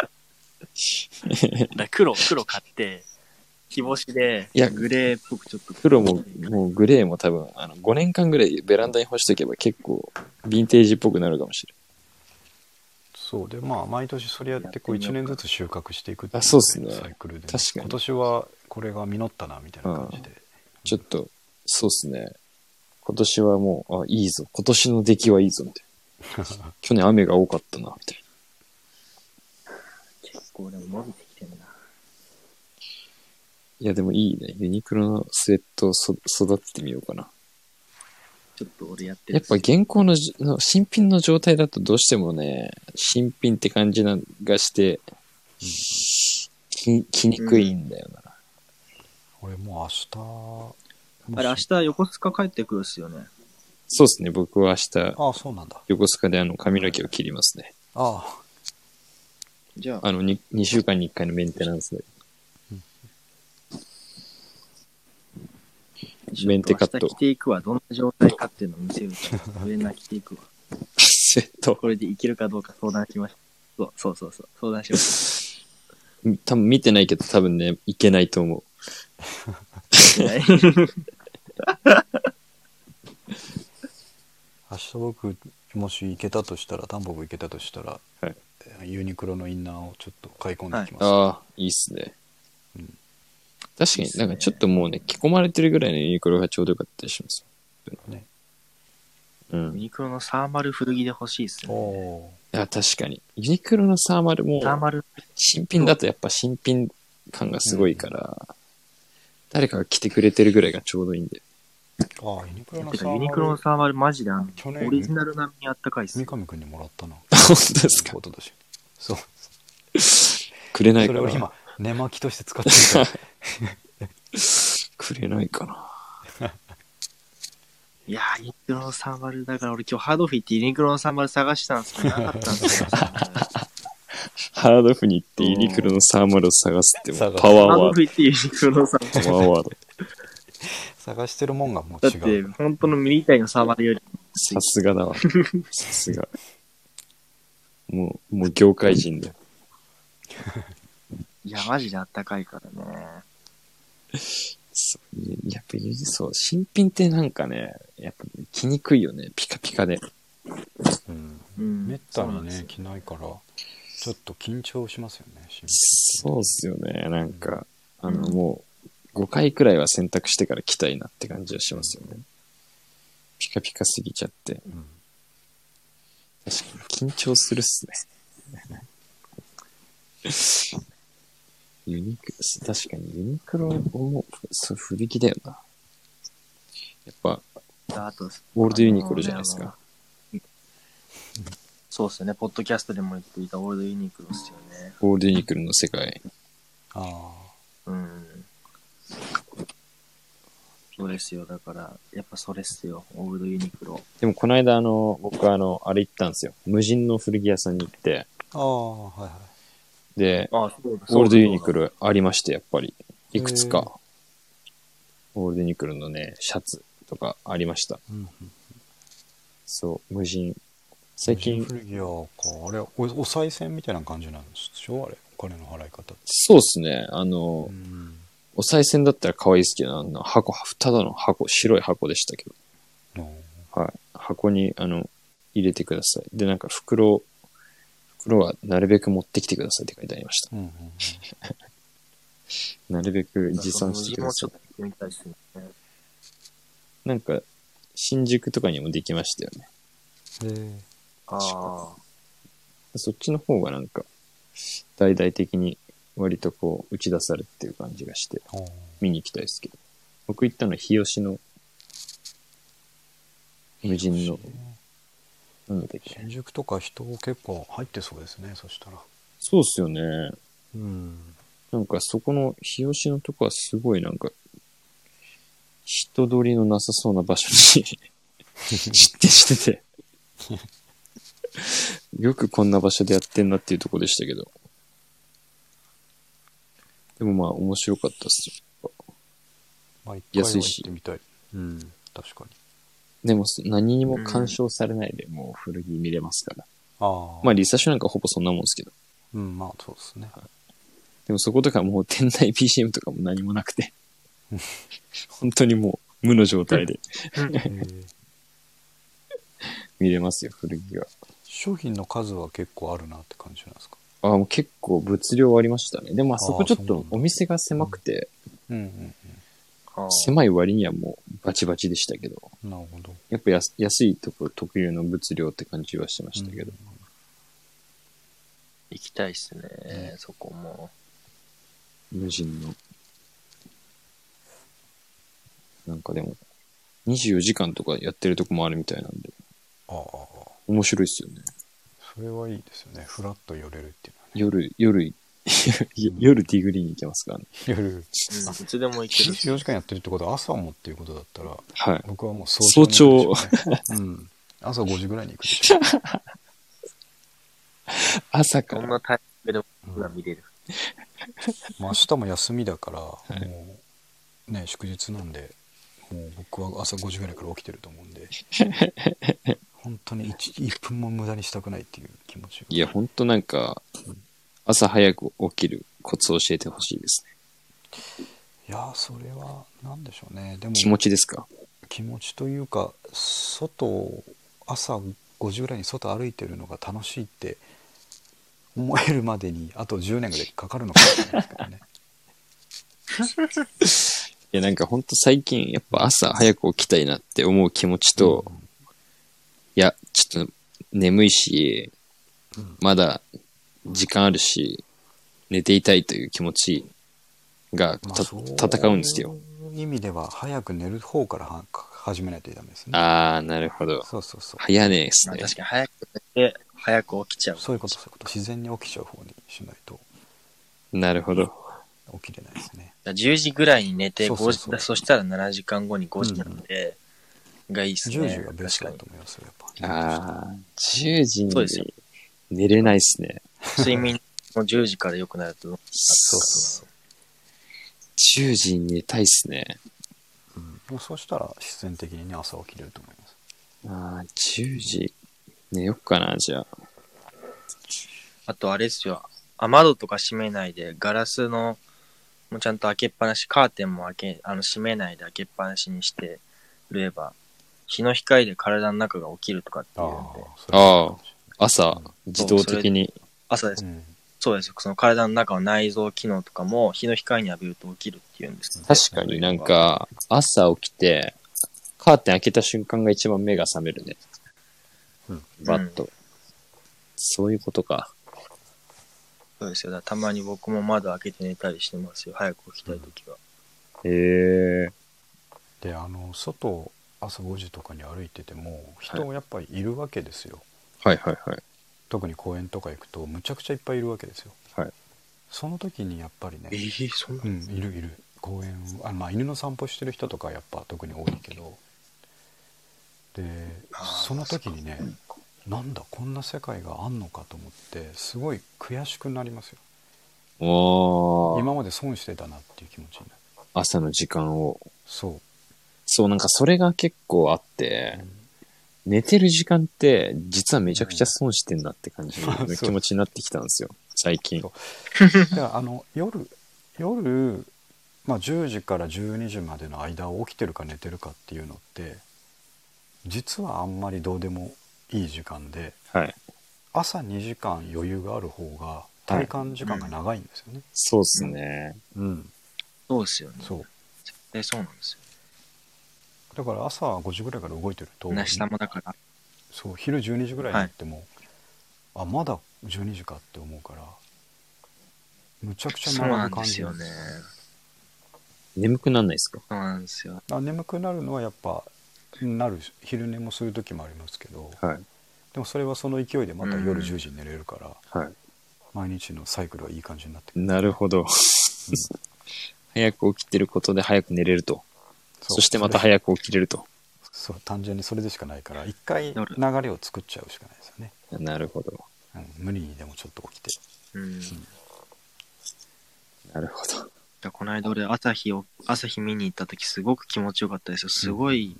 Speaker 2: だから黒、黒買って、日干しで、
Speaker 1: いや
Speaker 2: グレーっぽくちょっと。
Speaker 1: 黒も、もうグレーも多分、あの、5年間ぐらいベランダに干しとけば結構、ヴィンテージっぽくなるかもしれ
Speaker 3: そうでまあ毎年それやってこう
Speaker 2: やって
Speaker 3: 1
Speaker 2: みよう
Speaker 3: 年ずつ収穫していくってい
Speaker 1: あそうっすね
Speaker 3: サイクルで
Speaker 1: 確かに
Speaker 3: 今年はこれが実ったなみたいな感じで
Speaker 1: ん。ちょっと、そうっすね。今年はもう、あ、いいぞ。今年の出来はいいぞ、みたいな。去年雨が多かったな、みたいな。
Speaker 2: 結構でも伸びてきてるな。
Speaker 1: いや、でもいいね。ユニクロのスウェットをそ育ててみようかな。
Speaker 2: ちょっと俺やって
Speaker 1: やっぱ現行のじの新品の状態だとどうしてもね、新品って感じながして、き着にくいんだよな。
Speaker 3: 俺もう明日
Speaker 2: あれ、明日横須賀帰ってくるっすよね。
Speaker 1: そうですね、僕は明日、
Speaker 3: ああそうなんだ
Speaker 1: 横須賀であの髪の毛を切りますね。
Speaker 3: あ
Speaker 2: じゃあ、
Speaker 1: あの2、に週間に1回のメンテナンスで。メンテカッ
Speaker 2: ちょっと
Speaker 1: ト
Speaker 2: 明日着。ていくわ。どんな状態かっていうのを見せるから、上な着ていくわ。
Speaker 1: スウェット。
Speaker 2: これでいけるかどうか相談しました。そうそうそうそう、相談しまし
Speaker 1: 多分見てないけど多分ね、いけないと思う。
Speaker 2: た。はい
Speaker 3: あ明日僕もし行けたとしたらタンポポ行けたとしたら、
Speaker 1: はい
Speaker 3: ユニクロのインナーをちょっと買い込んできます、
Speaker 1: ああ、いいっすね
Speaker 3: うん。
Speaker 1: 確かになんかちょっともうね、着込まれてるぐらいのユニクロがちょうどよかったりします。
Speaker 3: ね
Speaker 1: う
Speaker 2: ユ
Speaker 1: ん。
Speaker 2: ニクロのサーマル古着で欲しいっす
Speaker 3: お
Speaker 2: ね。
Speaker 3: お
Speaker 1: いや、確かに。ユニクロのサーマルも、
Speaker 2: サーマル、
Speaker 1: 新品だとやっぱ新品感がすごいから、誰かが着てくれてるぐらいがちょうどいいんで。
Speaker 3: ーああユニクロの
Speaker 2: て
Speaker 3: サ
Speaker 2: か
Speaker 3: ーマ
Speaker 2: ユ
Speaker 3: ル
Speaker 2: ニクロのサーマルマジであの
Speaker 3: 去年
Speaker 2: オリジナル並みにあったかいっす
Speaker 3: 三
Speaker 2: ね。
Speaker 3: 上君にもらったな
Speaker 1: 本当ですか
Speaker 3: 一昨年そう
Speaker 1: くれない
Speaker 3: そ
Speaker 1: か
Speaker 3: れを
Speaker 1: な
Speaker 3: 今寝巻きとして使っ てるから
Speaker 1: くれないかな。
Speaker 2: いやー、ユニクロのサーマル、だから俺今日ハードフィーってユニクロのサーマル探してたんですけ ど、なかったんですよ。
Speaker 1: ハードオフに行ってユニクロのサーマルを探すってもうパ
Speaker 2: ハー
Speaker 1: ワー
Speaker 2: ド
Speaker 1: ワー
Speaker 2: フィーってユニクロのサーマル。
Speaker 1: ド。パワーワード。
Speaker 3: 探してるもんがもう
Speaker 2: だ
Speaker 3: 違
Speaker 2: って
Speaker 3: う、
Speaker 2: 本当のミリタリのサーマルより、
Speaker 1: さすがだわ。さすが。もう、もう業界人だよ。
Speaker 2: いや、マジであったかいからね。
Speaker 1: そうやっぱユニそう、新品ってなんかね、やっぱ着にくいよね。ピカピカで。
Speaker 3: うん、
Speaker 2: うん。
Speaker 3: めった
Speaker 2: そうな
Speaker 3: に
Speaker 2: んです
Speaker 3: ね
Speaker 2: よ
Speaker 3: 着ないからちょっと緊張しますよね新
Speaker 1: そうっすよね。なんか、あの、もう、5回くらいは選択してから着たいなって感じはしますよね。ピカピカすぎちゃって。
Speaker 3: 品うん
Speaker 1: 確かに緊張するっすね。 ユニクロ、確かにユニクロも、そう、古着だよな。やっぱ、
Speaker 2: あと、
Speaker 1: ゴールドユニクロじゃないですか。
Speaker 2: そうっすよね。ポッドキャストでも言っていたオールドユニクロっすよね。
Speaker 1: ゴールドユニクロの世界。
Speaker 3: ああ
Speaker 2: うん。そうですよ。だから、やっぱそれっすよ。オールドユニクロ。
Speaker 1: でも、この間、あの、僕は、あの、あれ行ったんですよ。無人の古着屋さんに行って、
Speaker 3: ああはいはい
Speaker 1: で、
Speaker 2: あそうだ、
Speaker 1: オールドユニク
Speaker 2: ル。
Speaker 1: ルありまして、やっぱり。いくつか、オールドユニクルのね、シャツとかありました。
Speaker 3: うんうん
Speaker 1: そう、無人。最近、
Speaker 3: 古着屋か。あれ、おお賽銭みたいな感じなんでしょあれ、お金の払い方。
Speaker 1: そうっすね。あの、
Speaker 3: うん。
Speaker 1: お賽銭だったら可愛いですけど、あの箱、ただの箱、白い箱でしたけど。はい。箱に、あの、入れてください。で、なんか袋を、袋はなるべく持ってきてくださいって書いてありました。
Speaker 3: うんうんうん
Speaker 1: なるべく持参してください
Speaker 2: その。無人もちょっと行ってみたいですね。
Speaker 1: なんか、新宿とかにもできましたよね。
Speaker 3: で、
Speaker 2: ああ。
Speaker 1: そっちの方がなんか、大々的に割とこう、打ち出されてる感じがして、
Speaker 3: あー
Speaker 1: 見に行きたいですけど。僕行ったのは日吉の、無人の、なんだっけ。
Speaker 3: 新宿とか人結構入ってそうですね、そしたら。
Speaker 1: そうっすよね。
Speaker 3: うん。
Speaker 1: なんかそこの日吉のとこはすごいなんか、人通りのなさそうな場所に 出店してて。よくこんな場所でやってんなっていうとこでしたけど。でもまあ面白かったっすよ。
Speaker 3: まあ、一回は
Speaker 1: 安
Speaker 3: 行
Speaker 1: いし
Speaker 3: ってみたい。うん、確かに。
Speaker 1: でも何にも干渉されないでもう古着見れますから。
Speaker 3: ああ。
Speaker 1: まあリサショなんかほぼそんなもんですけど。
Speaker 3: うん、まあそうですね。
Speaker 1: でもそことかもう店内 PCM とかも何もなくて。本当にもう無の状態で
Speaker 3: えー
Speaker 1: 見れますよ、古着が。
Speaker 3: 商品の数は結構あるなって感じなんですか。
Speaker 1: あもう結構物量ありましたね。でもあそこちょっ
Speaker 3: そうな
Speaker 1: と
Speaker 3: んだ
Speaker 1: お店が狭くて、
Speaker 3: うんうん
Speaker 2: ああ
Speaker 1: 狭い割にはもうバチバチでしたけど、
Speaker 3: うん。なるほど。
Speaker 1: やっぱ安安いとこ特有の物量って感じはしてましたけど、
Speaker 2: 行きたいっすね、そこも。
Speaker 1: 無人の。なんかでも、24時間とかやってるとこもあるみたいなんで、
Speaker 3: ああ、
Speaker 1: 面白いっすよね。
Speaker 3: それはいいですよね。ふらっと寄れるっていう
Speaker 1: 夜、夜、夜ディグリーに行けますからね。
Speaker 3: のは。 夜、
Speaker 2: うん、いつでも行けるし。
Speaker 3: 24時間やってるってことは朝もっていうことだったら、
Speaker 1: はい。
Speaker 3: 僕はもう早朝に行くでしょうね、うん。朝5時ぐらいに行くでしょ
Speaker 1: 朝か
Speaker 2: こん
Speaker 1: ら
Speaker 2: なタイミングで
Speaker 3: う。
Speaker 2: 僕
Speaker 3: う
Speaker 2: ら
Speaker 3: ん
Speaker 2: 見れる。
Speaker 3: まあ、明日も休みだから、もうね、祝日なんで、もう僕は朝5時ぐらいから起きてると思うんで、本当に 1, 1分も無駄にしたくないっていう気持ちが。
Speaker 1: いや、ほんとなんか、朝早く起きるコツを教えてほしいですね。
Speaker 3: いやー、それは何でしょうね。でも
Speaker 1: 気持ちですか
Speaker 3: 気持ちというか、外を、朝5時ぐらいに外歩いてるのが楽しいって思えるまでに、あと10年ぐらいかかるのかもしれないですけ どね。
Speaker 1: いや、なんかほんと最近、やっぱ朝早く起きたいなって思う気持ちと、いや、ちょっと眠いし、
Speaker 3: うん
Speaker 1: まだ時間あるし、寝ていたいという気持ちが
Speaker 3: まあ
Speaker 1: た、
Speaker 3: そう
Speaker 1: 戦うんですよ。
Speaker 3: 意味では、早く寝る方からは始めないとダメですね。
Speaker 1: あー、なるほど。
Speaker 3: そうそうそう。
Speaker 1: 早ねえっす
Speaker 2: まあ
Speaker 1: ね。
Speaker 2: 確かに早く寝て、早く起きちゃう。
Speaker 3: そういうこと、そういうこと。自然に起きちゃう方にしないと
Speaker 1: なるほど。
Speaker 3: 起きれないですね。
Speaker 2: だから10時ぐらいに寝て、
Speaker 3: そ
Speaker 2: 5
Speaker 3: う
Speaker 2: 時
Speaker 3: そうそう
Speaker 2: だそしたら7時間後に5時なんで、がいいっすね。
Speaker 3: 10時がベストだ
Speaker 2: 確か
Speaker 3: と思いますよ、やっぱ。
Speaker 1: あー、10時
Speaker 2: そうですよ
Speaker 1: に寝れないっすね。
Speaker 2: に。睡眠も10時から良くなると。
Speaker 1: そうそうそう。10時に寝たいっすね。
Speaker 3: うんでもそうしたら自然的にね、朝起きれると思います。
Speaker 1: あー、10時寝よっかな、じゃあ。
Speaker 2: あとあれですよ。雨窓とか閉めないで、ガラスの、もうちゃんと開けっぱなし、カーテンも開け、あの閉めないで開けっぱなしにしてれば、日の光で体の中が起きるとかっていうんで、
Speaker 3: あ、それは
Speaker 1: あー朝、自動的に
Speaker 2: 朝です。
Speaker 3: うん。
Speaker 2: そうです。その体の中の内臓機能とかも、日の光に浴びると起きるっていうんですね。
Speaker 1: 確かになんか、朝起きて、カーテン開けた瞬間が一番目が覚めるね。
Speaker 3: うん
Speaker 1: バッと。そういうことか。
Speaker 2: そうですよ。だからたまに僕も窓開けて寝たりしてますよ。早く起きたいときは。
Speaker 1: へえ。
Speaker 3: で、あの、外を朝5時とかに歩いてても、人やっぱりいるわけですよ。
Speaker 1: はいはいはい。
Speaker 3: 特に公園とか行くと、むちゃくちゃいっぱいいるわけですよ。
Speaker 1: はい。
Speaker 3: その時にやっぱりね、
Speaker 2: ええー、そんな
Speaker 3: う。ん、いるいる公園あまあ犬の散歩してる人とかやっぱ特に多いけどで
Speaker 2: あー
Speaker 3: その時にねなんだこんな世界があんのかと思ってすごい悔しくなりますよ
Speaker 1: おー
Speaker 3: 今まで損してたなっていう気持ちになる
Speaker 1: 朝の時間を。
Speaker 3: そう、
Speaker 1: そう、なんかそれが結構あって、寝てる時間って、実はめちゃくちゃ損してんなって感じ
Speaker 3: うん
Speaker 1: の
Speaker 3: そう
Speaker 1: 気持ちになってきたんですよ、最近
Speaker 3: そ。だからあの夜夜、まあ、10時から12時までの間を起きてるか寝てるかっていうのって実はあんまりどうでもいい時間で
Speaker 1: はい。
Speaker 3: 朝2時間余裕がある方が体感時間が長いんですよね、
Speaker 1: そうっすね。うん。
Speaker 2: そうですよね。
Speaker 3: そう
Speaker 2: 絶対そうなんです
Speaker 3: だから朝5時ぐらいから動いてると
Speaker 2: よ。な下もだから。
Speaker 3: そう昼12時ぐらいになっても、あまだ12時かって思うからむちゃくちゃ
Speaker 2: そうなんですよね。
Speaker 1: 眠くなんないですか
Speaker 2: そうなんですよ。
Speaker 3: あ眠くなるのはやっぱなるし昼寝もする時もありますけど
Speaker 1: はい。
Speaker 3: でもそれはその勢いでまた
Speaker 2: う
Speaker 3: 夜
Speaker 2: ん
Speaker 3: 10時に寝れるから、
Speaker 1: はい。
Speaker 3: 毎日のサイクルはいい感じになってくる
Speaker 1: なるほど。早く起きてることで早く寝れると。
Speaker 3: そう
Speaker 1: そしてまた
Speaker 3: それ
Speaker 1: 早く起きれると。
Speaker 3: そう単純にそれでしかないから一回流
Speaker 2: 夜
Speaker 3: れを作っちゃうしかないですよね、
Speaker 1: なるほど。
Speaker 3: うん、無理にでもちょっと起きて
Speaker 2: うん。
Speaker 1: なるほど。
Speaker 2: だこの間俺朝日を、朝日見に行った時すごく気持ちよかったですよ。すごい、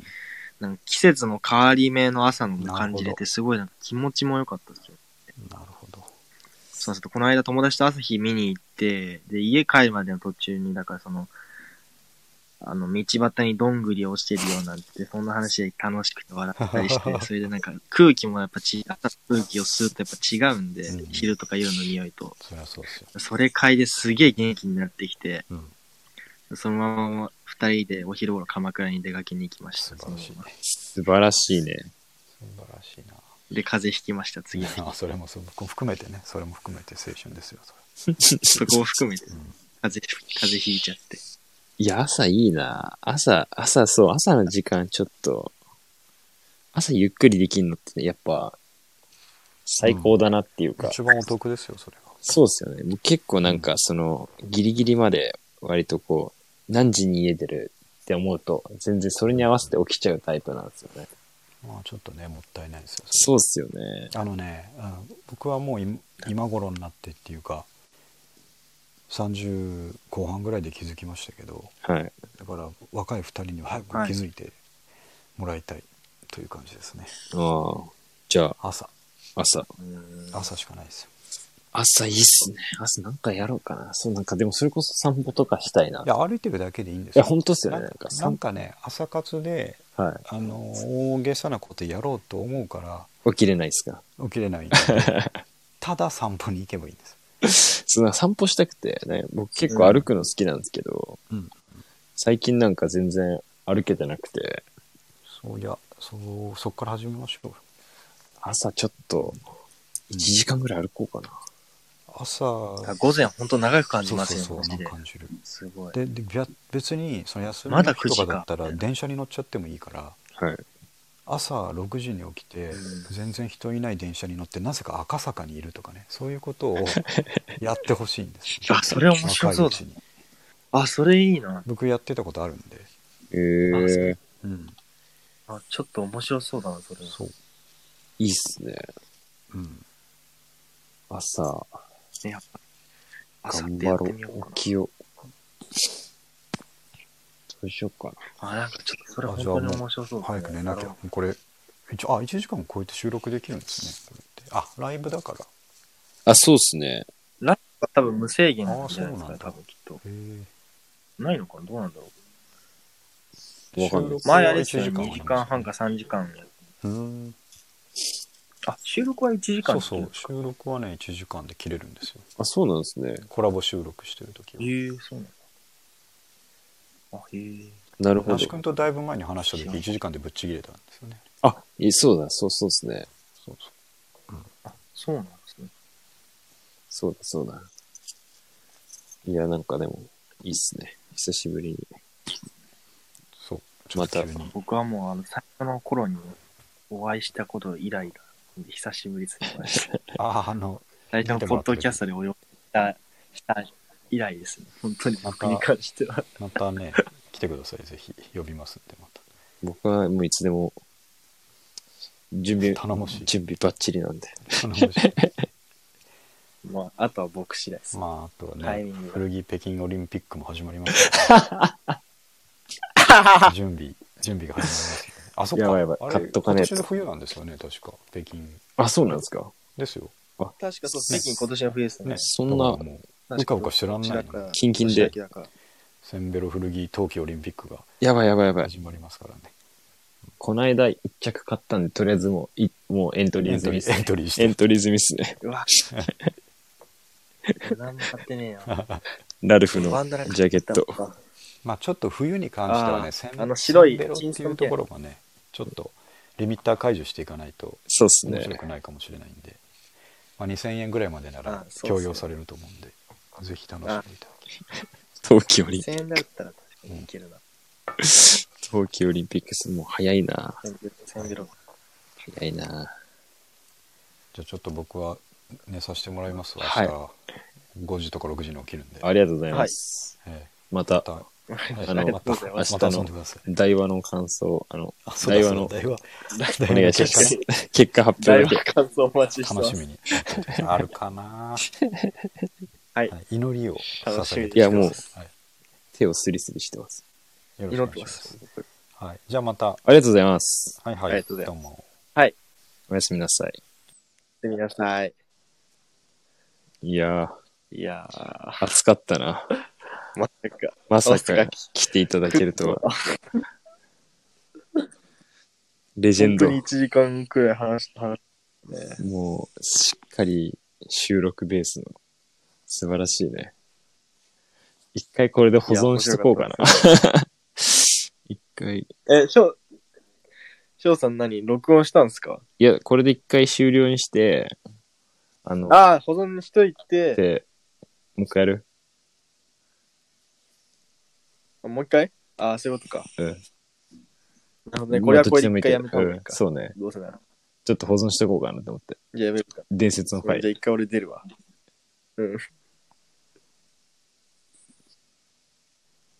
Speaker 2: なんか季節の変わり目の朝の感じれ
Speaker 3: なるほ
Speaker 2: て、すごいなんか気持ちも良かったですよ。
Speaker 3: なるほど
Speaker 2: そうそう、この間友達と朝日見に行って、で、家帰るまでの途中に、だからその、あの、道端にどんぐり落ちてるようなんて、そんな話で楽しくて笑ったりして、 それでなんか空気もやっぱち、朝の空気を吸うとやっぱ違うんで、
Speaker 3: うん
Speaker 2: 昼とか夜の匂いと。
Speaker 3: そりゃそうですよ
Speaker 2: それ嗅いですげえ元気になってきて、
Speaker 3: うん
Speaker 2: そのまま二人でお昼頃鎌倉に出かけに行きました。
Speaker 3: 素晴らしい
Speaker 2: そ
Speaker 3: ね
Speaker 2: のま
Speaker 1: 素晴らしいね。
Speaker 3: 素晴らしいな
Speaker 2: まで、風邪ひきました、次の日。
Speaker 3: あそれもそう僕含めてねそれも含めて青春ですよそ
Speaker 2: そこを含めて、
Speaker 3: れ、うん
Speaker 2: 風邪、風邪ひいちゃって。
Speaker 1: いや、朝いいな。朝、朝、そう、朝の時間ちょっと、朝ゆっくりできるのって、ね、やっぱ、最高だなっていうか、
Speaker 3: 一番お得ですよそれが
Speaker 1: そうですよね。僕結構なんか、その、ギリギリまで、割とこう、何時に家出るって思うと、全然それに合わせて起きちゃうタイプなんですよね。
Speaker 3: まあちょっとねもったいないですよそれ
Speaker 1: そうっすよね。
Speaker 3: あのね、うん僕はもう今今頃になってっていうか30後半ぐらいで気づきましたけど
Speaker 1: はい。
Speaker 3: だから若い2人には早く
Speaker 2: はい
Speaker 3: 気づいてもらいたいという感じですね、
Speaker 1: ああ。じゃあ、
Speaker 3: 朝
Speaker 1: 朝。
Speaker 3: 朝しかないですよ
Speaker 1: 朝いいっすね。朝なんかやろうかな。そう、なんかでもそれこそ散歩とかしたいな。
Speaker 3: いや歩いてるだけでいいんです
Speaker 1: いや、
Speaker 3: よ
Speaker 1: ほんとっすよ
Speaker 3: な
Speaker 1: ね。
Speaker 3: ん
Speaker 1: なん
Speaker 3: か
Speaker 1: か
Speaker 3: な
Speaker 1: 散
Speaker 3: んかね朝活で
Speaker 1: 歩。は
Speaker 3: あの大げさなことやろうと思うから
Speaker 1: い。起きれないですか。
Speaker 3: 起きれないんでただ散歩に行けばいいんです、
Speaker 1: そうなんか散歩したくて、ね、僕結構歩くの好きなんですけど、
Speaker 3: うん、
Speaker 1: 最近なんか全然歩けてなくて、
Speaker 3: そういやそうそっから始めましょう
Speaker 1: 朝ちょっと1時間ぐらい歩こうかな。
Speaker 3: 朝
Speaker 2: 午前ほんと長く感じますよね、
Speaker 3: そうそうそ
Speaker 2: マジ
Speaker 3: うな
Speaker 2: で。
Speaker 3: 感じる
Speaker 2: すごい。
Speaker 3: ででびゃ別にその休みの
Speaker 2: まだ
Speaker 3: 日と
Speaker 2: 9
Speaker 3: か
Speaker 2: 時か
Speaker 3: だったら電車に乗っちゃってもいいから
Speaker 1: はい。
Speaker 3: 朝6時に起きて
Speaker 2: う
Speaker 3: 全然人いない電車に乗ってなぜか赤坂にいるとかねそういうこと をやってほしいんですよ
Speaker 2: あ、それ面白そうだ
Speaker 3: 若いうちに
Speaker 2: あ、それいいな。
Speaker 3: 僕やってたことあるんで、
Speaker 1: え
Speaker 2: あそ
Speaker 1: ー
Speaker 2: う、
Speaker 3: うん、
Speaker 2: あ、ちょっと面白そうだな、それ。
Speaker 3: そう、
Speaker 1: いいっすね。
Speaker 3: うん、
Speaker 1: 朝、
Speaker 2: ね、やっぱ。朝っ
Speaker 1: 頑
Speaker 2: て
Speaker 1: 張
Speaker 2: やって
Speaker 1: ろ
Speaker 2: みようか
Speaker 1: う。起きよう。どうしようかな。
Speaker 2: な。あ、なんかちょっとそれ本当に面白そうだね
Speaker 3: 早く寝なきゃ
Speaker 2: あ
Speaker 3: もうこれ一応あ1時間を超えて収録できるんですねこれってあライブだからへ
Speaker 1: あ、そうっすね。
Speaker 2: 多分無制限なんじゃないです
Speaker 3: あそうな
Speaker 2: か、
Speaker 3: んだ
Speaker 2: 多分きっと。
Speaker 3: え
Speaker 2: ないのかなどうなんだろう。
Speaker 1: わかんない
Speaker 3: 収録は
Speaker 2: 前あれですよ、
Speaker 3: 1
Speaker 2: 2時間半か3時間。
Speaker 3: うん
Speaker 2: あ、収録は1時
Speaker 3: そ
Speaker 2: 間
Speaker 3: うそう収録はね1時間で切れるんですよ
Speaker 1: あ、そうなんですね。
Speaker 3: コラボ収録してる時は
Speaker 2: へえそうなんだ。あ、へえ
Speaker 1: なるほ
Speaker 3: 那須
Speaker 1: ど。
Speaker 3: 君とだいぶ前に話した時1時間でぶっちぎれたんですよね
Speaker 1: あ、いそうだ、そうそうっすね。
Speaker 3: そうそ
Speaker 2: あ、そうなんですね。
Speaker 1: そうだ、そうだ。いや、なんかでも、いいっすね。久しぶりに。
Speaker 3: うそうちょっと急に
Speaker 2: 僕はもう、あの、最初の頃にお会いしたこと以来だ。久しぶりすぎ ました。
Speaker 3: ああの
Speaker 2: 最初のポッドキャストでお呼びした、した以来ですね。本当に僕に関しては。
Speaker 3: ま たね来てくださいぜひ呼びますんでまた
Speaker 1: 僕はもういつでも、準備、
Speaker 3: 頼もしい
Speaker 1: 準備バッチリなんで。
Speaker 3: 頼もしい
Speaker 2: まあ、あとは僕次第です。
Speaker 3: まあ、あとはね、
Speaker 2: タイミングが
Speaker 3: 古着北京オリンピックも始ま りますから、準備、準備が始まりますね、あ、そっか。
Speaker 1: やばいやばい
Speaker 3: あれ
Speaker 1: 買っとかねえと
Speaker 3: 今年の冬なんですよね、確か。北京
Speaker 1: あ、そうなんですか。
Speaker 3: ですよ。
Speaker 2: 確かそう、北京今年の冬ですね
Speaker 3: ね。。
Speaker 1: そんな
Speaker 3: だからもう、う
Speaker 4: 確
Speaker 3: か
Speaker 4: か
Speaker 3: うかしてらんないの。
Speaker 1: キンキンで
Speaker 4: 年明けだから
Speaker 3: センベロ古着冬季オリンピックが
Speaker 1: やばいやばいやばい。
Speaker 3: 始まりますからね。
Speaker 1: こないだ一着買ったんで、とりあえずもう、いもうエントリー
Speaker 3: エン
Speaker 1: 済
Speaker 3: ト
Speaker 1: み
Speaker 3: リ
Speaker 1: です
Speaker 3: ー、エン
Speaker 1: ね。
Speaker 3: トリーし
Speaker 1: エン。トリー済
Speaker 3: て
Speaker 1: みですね。
Speaker 2: う わ。何も買ってねえよ。
Speaker 1: ラルフの
Speaker 2: バンダナ買
Speaker 1: ジャケッ
Speaker 2: ったの
Speaker 1: ト。
Speaker 2: か
Speaker 3: まあちょっと冬に関しては
Speaker 2: あ
Speaker 3: ね、
Speaker 2: ー
Speaker 3: セン
Speaker 2: あの白い
Speaker 3: センベロって
Speaker 2: ジーン
Speaker 3: いう
Speaker 2: ズ
Speaker 3: と
Speaker 2: 系
Speaker 3: ころがね、ちょっとリミッター解除していかないと
Speaker 1: そうっす
Speaker 3: 面白
Speaker 1: ね。
Speaker 3: くないかもしれないんで、まあ、2000円ぐらいまでなら
Speaker 2: あそうそう
Speaker 3: 共用されると思うんで、ぜひ楽しんでいただき
Speaker 1: 冬季オリンピッ
Speaker 2: 1000円だったら確かにいけるな。
Speaker 1: ク。冬季オリンピックス、もう早いな。
Speaker 2: 1000円だろ
Speaker 1: 早いな。
Speaker 3: じゃあちょっと僕は寝させてもらいますわ、
Speaker 1: はい
Speaker 3: 明日5時とか6時に起きるんで、
Speaker 1: ありがとうござい
Speaker 2: は
Speaker 1: ま
Speaker 2: い
Speaker 1: す。。
Speaker 3: え
Speaker 1: ま
Speaker 3: えま
Speaker 1: た、
Speaker 3: た、
Speaker 1: あ
Speaker 3: あ
Speaker 1: の、
Speaker 3: の
Speaker 1: 明
Speaker 3: ま
Speaker 1: 日の
Speaker 3: たまた遊んでください。
Speaker 1: 台話の感想、あの、
Speaker 3: あそう
Speaker 1: 台
Speaker 3: だ
Speaker 1: 話
Speaker 3: そう
Speaker 1: の
Speaker 3: だ、台湾
Speaker 1: お願いします。結果発表だけ。
Speaker 2: 感想お待ちしてま
Speaker 3: 楽しみ
Speaker 2: す。
Speaker 3: に。あるかな
Speaker 2: はい
Speaker 3: 祈りを
Speaker 2: 楽し
Speaker 3: 捧
Speaker 2: み
Speaker 3: げ
Speaker 2: に
Speaker 3: て
Speaker 1: いや、もう、
Speaker 3: はい
Speaker 1: 手をスリスリしてます。
Speaker 3: よろしく
Speaker 2: 祈
Speaker 3: お
Speaker 2: っ
Speaker 3: 願い
Speaker 2: てま
Speaker 3: します
Speaker 2: す。。
Speaker 3: はい、じゃあまた、は
Speaker 1: ありがとうございます。
Speaker 3: いはい、
Speaker 2: ありがとうござい
Speaker 3: ど
Speaker 2: ま
Speaker 3: うも。
Speaker 1: おやすみなさい。
Speaker 2: 見てみなさい。
Speaker 1: いや
Speaker 2: いやー、
Speaker 1: ー、暑かったな。
Speaker 2: まさか。
Speaker 1: まさ
Speaker 2: まさ
Speaker 1: か
Speaker 2: か
Speaker 1: 来ていただけるとは。レジェンド
Speaker 2: 本当。に1時間くらい話した話ね。
Speaker 1: もう、しっかり収録ベースの。素晴らしいね。一回これで保存しとこうかな。一回。
Speaker 2: え、しょう、しょうさん何録音したんですか
Speaker 1: いや、これで一回終了にして、あの、
Speaker 2: ああ、保存しといて、
Speaker 1: で、もう一回やる
Speaker 2: もう一回ああ、そういうことか。
Speaker 1: うん。
Speaker 2: なるほどね。これはこれで
Speaker 1: まあどっちでもい
Speaker 2: 一
Speaker 1: いけど
Speaker 2: 回やめた方がいい
Speaker 1: うん
Speaker 2: か。
Speaker 1: そうね。
Speaker 2: どうせなら。
Speaker 1: ちょっと保存しとこうかなと思って。
Speaker 2: じゃあやめるか。
Speaker 1: 伝説の
Speaker 2: これ
Speaker 1: 回
Speaker 2: じゃ。あ一回俺出るわ。うん。